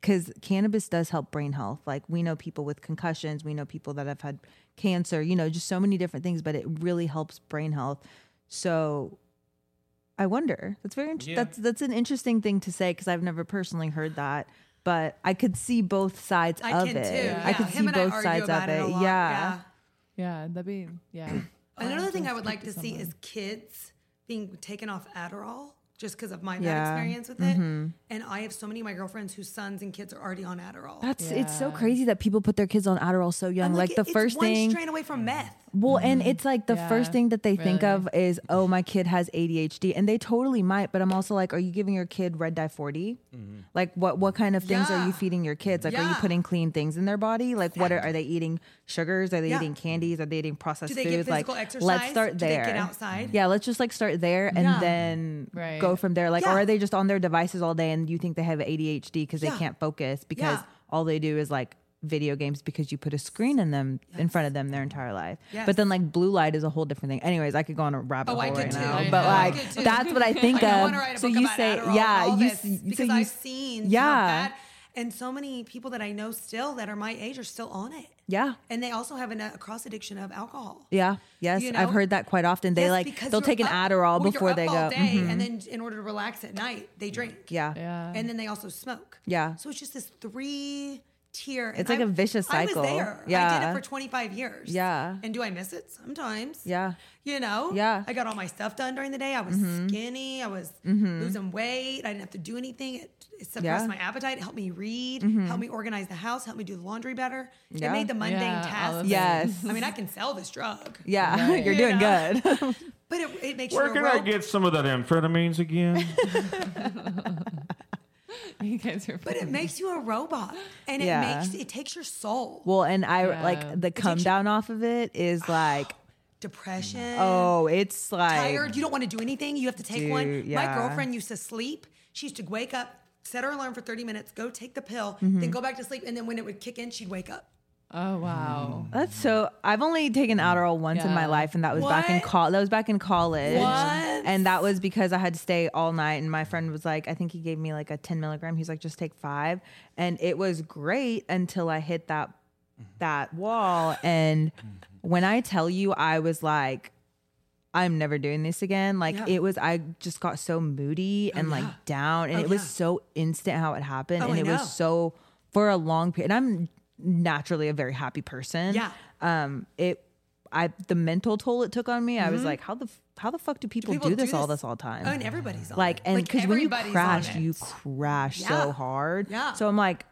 [SPEAKER 2] because cannabis does help brain health. Like we know people with concussions, we know people that have had cancer, you know, just so many different things, but it really helps brain health. So I wonder. That's very interesting.
[SPEAKER 4] Yeah.
[SPEAKER 2] That's that's an interesting thing to say because I've never personally heard that, but I could see both sides
[SPEAKER 3] I
[SPEAKER 2] of
[SPEAKER 3] can
[SPEAKER 2] it.
[SPEAKER 3] too. Yeah.
[SPEAKER 2] I could
[SPEAKER 3] Him
[SPEAKER 2] see
[SPEAKER 3] and I
[SPEAKER 2] both
[SPEAKER 3] argue
[SPEAKER 2] sides of
[SPEAKER 3] about
[SPEAKER 2] it.
[SPEAKER 3] a lot.
[SPEAKER 2] yeah.
[SPEAKER 1] Yeah. That'd be, yeah.
[SPEAKER 3] Another thing I would
[SPEAKER 1] speak
[SPEAKER 3] like
[SPEAKER 1] to
[SPEAKER 3] to see
[SPEAKER 1] someone.
[SPEAKER 3] is kids being taken off Adderall just because of my
[SPEAKER 2] Yeah. Mm-hmm.
[SPEAKER 3] bad experience with it. And I have so many of my girlfriends whose sons and kids are already on Adderall.
[SPEAKER 2] That's it's so
[SPEAKER 1] Yeah.
[SPEAKER 2] crazy that people put their kids on Adderall so young.
[SPEAKER 3] I'm
[SPEAKER 2] like, the
[SPEAKER 3] it's
[SPEAKER 2] first
[SPEAKER 3] one
[SPEAKER 2] thing
[SPEAKER 3] strain away from meth.
[SPEAKER 2] Well, and
[SPEAKER 3] Mm-hmm.
[SPEAKER 2] it's like the first
[SPEAKER 1] Yeah,
[SPEAKER 2] thing that they think
[SPEAKER 1] really.
[SPEAKER 2] of is, oh, my kid has ADHD, and they totally might. But I'm also like, are you giving your kid red dye 40? Like, what what kind of things are
[SPEAKER 3] Mm-hmm. Yeah.
[SPEAKER 2] you feeding your kids? Like, are you
[SPEAKER 3] Yeah.
[SPEAKER 2] putting clean things in their body? Like, what are, are they eating? Sugars? Are they
[SPEAKER 3] Yeah.
[SPEAKER 2] eating candies? Are they eating processed
[SPEAKER 3] Do they
[SPEAKER 2] food?
[SPEAKER 3] get
[SPEAKER 2] Like,
[SPEAKER 3] physical exercise?
[SPEAKER 2] let's start
[SPEAKER 3] Do they
[SPEAKER 2] there.
[SPEAKER 3] get outside?
[SPEAKER 2] Yeah, let's just like start there and
[SPEAKER 3] Yeah.
[SPEAKER 2] then
[SPEAKER 1] Right.
[SPEAKER 2] go from there. Like,
[SPEAKER 3] Yeah.
[SPEAKER 2] or are they just on their devices all day and you think they have ADHD because they
[SPEAKER 3] Yeah.
[SPEAKER 2] can't focus because
[SPEAKER 3] Yeah.
[SPEAKER 2] all they do is like video games because you put a screen in them in front of them their entire life. But
[SPEAKER 3] Yes.
[SPEAKER 2] then like blue light is a whole different thing. Anyways, I could go on a rabbit
[SPEAKER 3] Oh,
[SPEAKER 2] hole
[SPEAKER 3] I could
[SPEAKER 2] right
[SPEAKER 3] too.
[SPEAKER 2] now,
[SPEAKER 1] I
[SPEAKER 2] but
[SPEAKER 1] know. I
[SPEAKER 2] like
[SPEAKER 3] could too.
[SPEAKER 2] that's what I think
[SPEAKER 3] I
[SPEAKER 2] of.
[SPEAKER 3] want to write a
[SPEAKER 2] so
[SPEAKER 3] book
[SPEAKER 2] you
[SPEAKER 3] about
[SPEAKER 2] say,
[SPEAKER 3] Adderall
[SPEAKER 2] yeah,
[SPEAKER 3] and all
[SPEAKER 2] you
[SPEAKER 3] this,
[SPEAKER 2] s- so
[SPEAKER 3] because
[SPEAKER 2] you
[SPEAKER 3] I've
[SPEAKER 2] s-
[SPEAKER 3] seen
[SPEAKER 2] yeah,
[SPEAKER 3] how bad, and so many people that I know still that are my age are still on it.
[SPEAKER 2] yeah.
[SPEAKER 3] and they also have an, a cross addiction of alcohol.
[SPEAKER 2] Yeah. Yes,
[SPEAKER 3] You
[SPEAKER 2] I've
[SPEAKER 3] know?
[SPEAKER 2] heard that quite often. They
[SPEAKER 3] Yes,
[SPEAKER 2] like
[SPEAKER 3] because
[SPEAKER 2] they'll
[SPEAKER 3] you're
[SPEAKER 2] take an
[SPEAKER 3] up-
[SPEAKER 2] Adderall
[SPEAKER 3] well, you're
[SPEAKER 2] before
[SPEAKER 3] up
[SPEAKER 2] they go.
[SPEAKER 3] all day,
[SPEAKER 2] mhm.
[SPEAKER 3] and then in order to relax at night, they drink.
[SPEAKER 2] Yeah.
[SPEAKER 1] Yeah.
[SPEAKER 3] and then they also smoke.
[SPEAKER 2] Yeah.
[SPEAKER 3] so it's just this three tier.
[SPEAKER 2] It's like a vicious cycle.
[SPEAKER 3] I was there. I
[SPEAKER 2] Yeah.
[SPEAKER 3] did it for 25 years.
[SPEAKER 2] Yeah.
[SPEAKER 3] and do I miss it sometimes?
[SPEAKER 2] Yeah.
[SPEAKER 3] You know,
[SPEAKER 2] Yeah. Mm-hmm.
[SPEAKER 3] I got all my stuff done during the day. I was skinny. I was losing weight. I didn't have to do anything. It, it suppressed
[SPEAKER 2] Yeah. Mm-hmm.
[SPEAKER 3] my appetite. It helped me read. Helped me organize the house. Helped me do the laundry better.
[SPEAKER 2] Yeah.
[SPEAKER 3] It made the mundane
[SPEAKER 1] Yeah, all
[SPEAKER 3] tasks.
[SPEAKER 1] of
[SPEAKER 3] easier.
[SPEAKER 2] Yes.
[SPEAKER 3] I mean, I can sell this drug.
[SPEAKER 2] Yeah.
[SPEAKER 1] Right.
[SPEAKER 2] You're
[SPEAKER 3] You
[SPEAKER 2] doing
[SPEAKER 3] know?
[SPEAKER 2] good.
[SPEAKER 3] But it, it makes
[SPEAKER 5] Where
[SPEAKER 3] you
[SPEAKER 5] can
[SPEAKER 3] a
[SPEAKER 5] I
[SPEAKER 3] real-
[SPEAKER 5] get some of that amphetamines again?
[SPEAKER 1] you guys are
[SPEAKER 3] But it makes you a robot, and it
[SPEAKER 2] Yeah.
[SPEAKER 3] makes it takes your soul.
[SPEAKER 2] Well, and I
[SPEAKER 1] Yeah.
[SPEAKER 2] like the come down off of it is like,
[SPEAKER 3] Depression.
[SPEAKER 2] oh, it's like
[SPEAKER 3] tired. You don't want to do anything. You have to take one.
[SPEAKER 2] Dude,
[SPEAKER 3] My
[SPEAKER 2] yeah.
[SPEAKER 3] girlfriend used to sleep. She used to wake up, set her alarm for thirty minutes, go take the pill,
[SPEAKER 2] Mm-hmm.
[SPEAKER 3] then go back to sleep, and then when it would kick in, she'd wake up.
[SPEAKER 1] Oh, wow.
[SPEAKER 2] That's so. I've only taken Adderall once in my
[SPEAKER 1] Yeah.
[SPEAKER 2] life, and that was back in
[SPEAKER 3] What?
[SPEAKER 2] col. That was back in college,
[SPEAKER 3] What?
[SPEAKER 2] and that was because I had to stay all night. And my friend was like, I think he gave me like a ten milligram. He's like, just take five, and it was great until I hit that that wall. And
[SPEAKER 3] Mm-hmm.
[SPEAKER 2] when I tell you, I was like. I'm never doing this again. Like
[SPEAKER 3] Yeah.
[SPEAKER 2] it was, I just got so moody and like down, and
[SPEAKER 3] Oh,
[SPEAKER 2] it was
[SPEAKER 3] yeah.
[SPEAKER 2] so instant how it happened,
[SPEAKER 3] Oh,
[SPEAKER 2] and
[SPEAKER 3] I
[SPEAKER 2] it
[SPEAKER 3] know.
[SPEAKER 2] was so for a long period. And I'm naturally a very happy person,
[SPEAKER 3] Yeah.
[SPEAKER 2] um, it I the mental toll it took on me. I was
[SPEAKER 3] Mm-hmm.
[SPEAKER 2] like, how the f- how the fuck do people,
[SPEAKER 3] people
[SPEAKER 2] do,
[SPEAKER 3] do
[SPEAKER 2] this all
[SPEAKER 3] this?
[SPEAKER 2] this all the time?
[SPEAKER 3] Oh, and everybody's on
[SPEAKER 2] like
[SPEAKER 3] it.
[SPEAKER 2] and
[SPEAKER 3] Like,
[SPEAKER 2] because when you
[SPEAKER 3] everybody's
[SPEAKER 2] crash,
[SPEAKER 3] on it.
[SPEAKER 2] you crash
[SPEAKER 3] Yeah.
[SPEAKER 2] so hard.
[SPEAKER 3] Yeah.
[SPEAKER 2] So I'm like,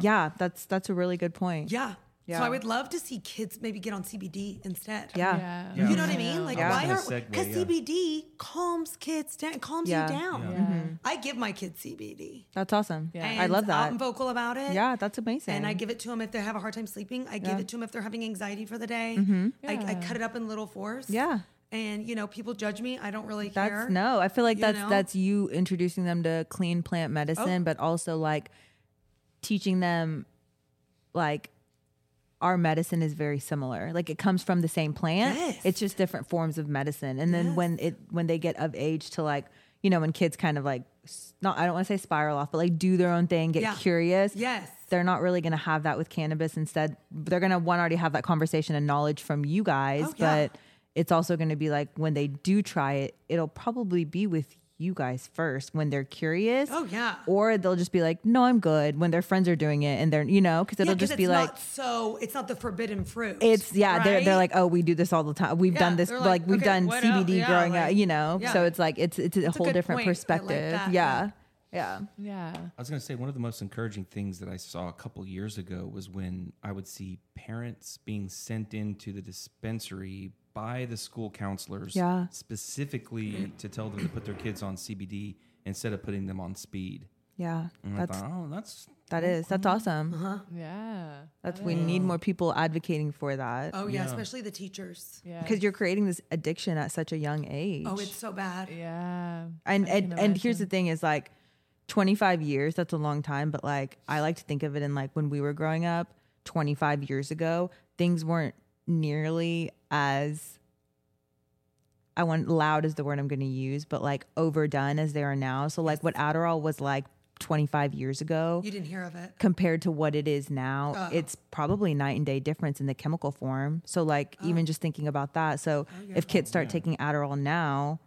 [SPEAKER 2] yeah, that's that's a really good point.
[SPEAKER 3] yeah.
[SPEAKER 2] Yeah.
[SPEAKER 3] So I would love to see kids maybe get on CBD instead.
[SPEAKER 2] Yeah.
[SPEAKER 1] Yeah.
[SPEAKER 4] Yeah.
[SPEAKER 3] You know what I mean? Like,
[SPEAKER 4] Yeah.
[SPEAKER 3] why
[SPEAKER 4] I
[SPEAKER 3] aren't
[SPEAKER 4] was
[SPEAKER 3] we?
[SPEAKER 4] gonna segue,
[SPEAKER 3] Because
[SPEAKER 4] yeah.
[SPEAKER 3] CBD calms kids down, calms
[SPEAKER 2] Yeah.
[SPEAKER 3] you down.
[SPEAKER 1] Yeah.
[SPEAKER 3] I give my kids CBD.
[SPEAKER 2] That's awesome.
[SPEAKER 1] Yeah.
[SPEAKER 2] I love
[SPEAKER 3] and out
[SPEAKER 2] that.
[SPEAKER 3] and vocal about it.
[SPEAKER 2] Yeah, that's amazing.
[SPEAKER 3] And I give it to them if they have a hard time sleeping. I give it to them if they're having anxiety for the day. I, I
[SPEAKER 1] Yeah.
[SPEAKER 3] cut it up in little fours.
[SPEAKER 2] Mm-hmm. Yeah.
[SPEAKER 3] And you know, people judge me. I don't really
[SPEAKER 2] That's
[SPEAKER 3] care.
[SPEAKER 2] no. I feel like
[SPEAKER 3] you
[SPEAKER 2] that's
[SPEAKER 3] know? Oh.
[SPEAKER 2] that's you introducing them to clean plant medicine, but also like teaching them like our medicine is very similar. Like it comes from the same plant.
[SPEAKER 3] Yes.
[SPEAKER 2] It's just different forms of medicine. And then when it when they get of age to like you know when kids kind of like s- not I don't want to say spiral off, but like do their own thing, get
[SPEAKER 3] Yeah.
[SPEAKER 2] curious.
[SPEAKER 3] Yes.
[SPEAKER 2] They're not really going to have that with cannabis. Instead, they're going to one already have that conversation and knowledge from you guys,
[SPEAKER 3] Oh, yeah.
[SPEAKER 2] but it's also going to be like when they do try it, it'll probably be with you guys first when they're curious.
[SPEAKER 3] Oh, yeah.
[SPEAKER 2] Or they'll just be like, no, I'm good when their friends are doing it and they're, you know, because
[SPEAKER 3] Yeah,
[SPEAKER 2] it'll
[SPEAKER 3] 'cause
[SPEAKER 2] just
[SPEAKER 3] it's
[SPEAKER 2] be like,
[SPEAKER 3] not so it's not the forbidden fruit.
[SPEAKER 2] it's yeah they're, they're like
[SPEAKER 3] right?
[SPEAKER 2] oh we do this all the time we've done
[SPEAKER 3] Yeah,
[SPEAKER 2] this
[SPEAKER 3] they're
[SPEAKER 2] like,
[SPEAKER 3] like,
[SPEAKER 2] we've
[SPEAKER 3] okay,
[SPEAKER 2] done
[SPEAKER 3] what
[SPEAKER 2] cbd
[SPEAKER 3] else? Yeah,
[SPEAKER 2] growing up
[SPEAKER 3] like-
[SPEAKER 2] you know
[SPEAKER 3] yeah.
[SPEAKER 2] so it's like it's it's a whole
[SPEAKER 3] good
[SPEAKER 2] different
[SPEAKER 3] point. I like
[SPEAKER 2] perspective
[SPEAKER 3] that,
[SPEAKER 2] yeah yeah
[SPEAKER 1] Yeah.
[SPEAKER 4] I was going to say one of the most encouraging things that I saw a couple years ago was when I would see parents being sent into the dispensary by the school counselors
[SPEAKER 2] Yeah.
[SPEAKER 4] specifically to tell them to put their kids on CBD instead of putting them on speed.
[SPEAKER 2] yeah,
[SPEAKER 4] And
[SPEAKER 2] that's
[SPEAKER 4] I thought, oh, that's
[SPEAKER 2] that is that's
[SPEAKER 3] Mm-hmm.
[SPEAKER 2] awesome
[SPEAKER 1] Yeah.
[SPEAKER 2] that's we need more people advocating for that
[SPEAKER 3] Oh yeah, especially the teachers.
[SPEAKER 1] Yeah.
[SPEAKER 2] because you're creating this addiction at such a young age
[SPEAKER 3] Oh, it's so bad.
[SPEAKER 1] Yeah.
[SPEAKER 2] and
[SPEAKER 1] I can
[SPEAKER 2] and, and here's the
[SPEAKER 1] imagine.
[SPEAKER 2] thing is like 25 years that's a long time but like i like to think of it in like when we were growing up 25 years ago things weren't nearly as i want loud is the word i'm going to use but like overdone as they are now so like what adderall was like 25 years ago
[SPEAKER 3] You didn't hear of it.
[SPEAKER 2] compared to what it is now, it's probably night and day difference in the chemical form. So like even just thinking about that. So if kids start taking Adderall now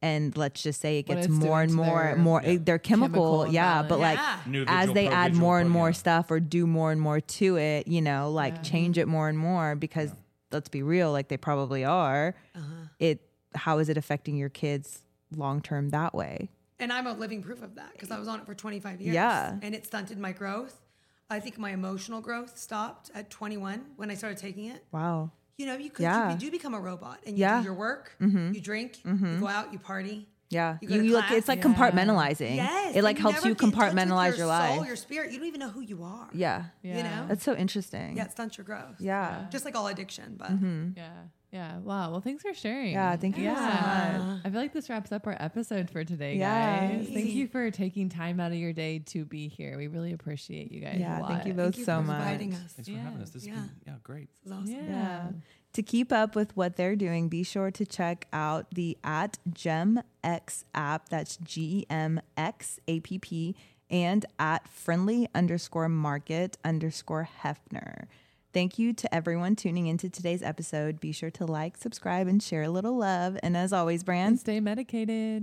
[SPEAKER 2] and let's just say it
[SPEAKER 1] What
[SPEAKER 2] gets
[SPEAKER 1] it's
[SPEAKER 2] more
[SPEAKER 1] doing
[SPEAKER 2] and
[SPEAKER 1] to
[SPEAKER 2] more
[SPEAKER 1] their
[SPEAKER 2] more eh, their chemical,
[SPEAKER 1] chemical
[SPEAKER 2] yeah, but like
[SPEAKER 3] Yeah.
[SPEAKER 5] New
[SPEAKER 2] as
[SPEAKER 5] visual
[SPEAKER 2] they
[SPEAKER 5] pro-
[SPEAKER 2] add
[SPEAKER 5] visual
[SPEAKER 2] more and
[SPEAKER 5] pro-
[SPEAKER 2] more
[SPEAKER 5] yeah.
[SPEAKER 2] stuff or do more and more to it, you know, like change it more and more because let's be real, like they probably are. It how is it affecting your kids long term that way?
[SPEAKER 3] And I'm a living proof of that because I was on it for 25 years.
[SPEAKER 2] Yeah.
[SPEAKER 3] And it stunted my growth. I think my emotional growth stopped at 21 when I started taking it.
[SPEAKER 2] Wow.
[SPEAKER 3] You know, you could
[SPEAKER 2] Yeah.
[SPEAKER 3] you do become a robot and you
[SPEAKER 2] Yeah. Mm-hmm.
[SPEAKER 3] do your work, you drink, you go out, you party.
[SPEAKER 2] Yeah,
[SPEAKER 3] You go
[SPEAKER 2] you,
[SPEAKER 3] to
[SPEAKER 2] you like
[SPEAKER 3] class.
[SPEAKER 2] it's like
[SPEAKER 1] Yeah.
[SPEAKER 2] compartmentalizing.
[SPEAKER 3] Yes.
[SPEAKER 2] it like
[SPEAKER 3] and
[SPEAKER 2] helps
[SPEAKER 3] never
[SPEAKER 2] you
[SPEAKER 3] get in touch with
[SPEAKER 2] compartmentalize your,
[SPEAKER 3] your
[SPEAKER 2] life.
[SPEAKER 3] soul, your spirit. You don't even know who you are.
[SPEAKER 2] yeah.
[SPEAKER 3] You know?
[SPEAKER 2] that's so interesting.
[SPEAKER 3] Yeah, it stunts your growth.
[SPEAKER 2] Yeah. Mm-hmm.
[SPEAKER 3] Just like all addiction, but
[SPEAKER 1] Yeah. Yeah. Wow. Well, thanks for sharing.
[SPEAKER 2] Yeah, thank you so much.
[SPEAKER 1] I feel like this wraps up our episode for today,
[SPEAKER 2] Yeah.
[SPEAKER 1] guys. Thank you for taking time out of your day to be here. We really appreciate you guys. a
[SPEAKER 2] Yeah, thank you
[SPEAKER 1] lot.
[SPEAKER 2] both
[SPEAKER 3] thank you
[SPEAKER 2] so
[SPEAKER 3] for
[SPEAKER 2] much.
[SPEAKER 3] inviting us. This
[SPEAKER 4] thanks for having us. This yeah.
[SPEAKER 3] Yeah.
[SPEAKER 4] been, yeah, great.
[SPEAKER 3] is awesome.
[SPEAKER 1] Yeah.
[SPEAKER 2] To keep up with what they're doing, be sure to check out the at GemX app. That's G E M X A P P and at friendly underscore market underscore Hefner. Thank you to everyone tuning into today's episode. Be sure to like, subscribe, and share a little love. And as always,
[SPEAKER 1] And
[SPEAKER 2] brands.
[SPEAKER 1] stay medicated.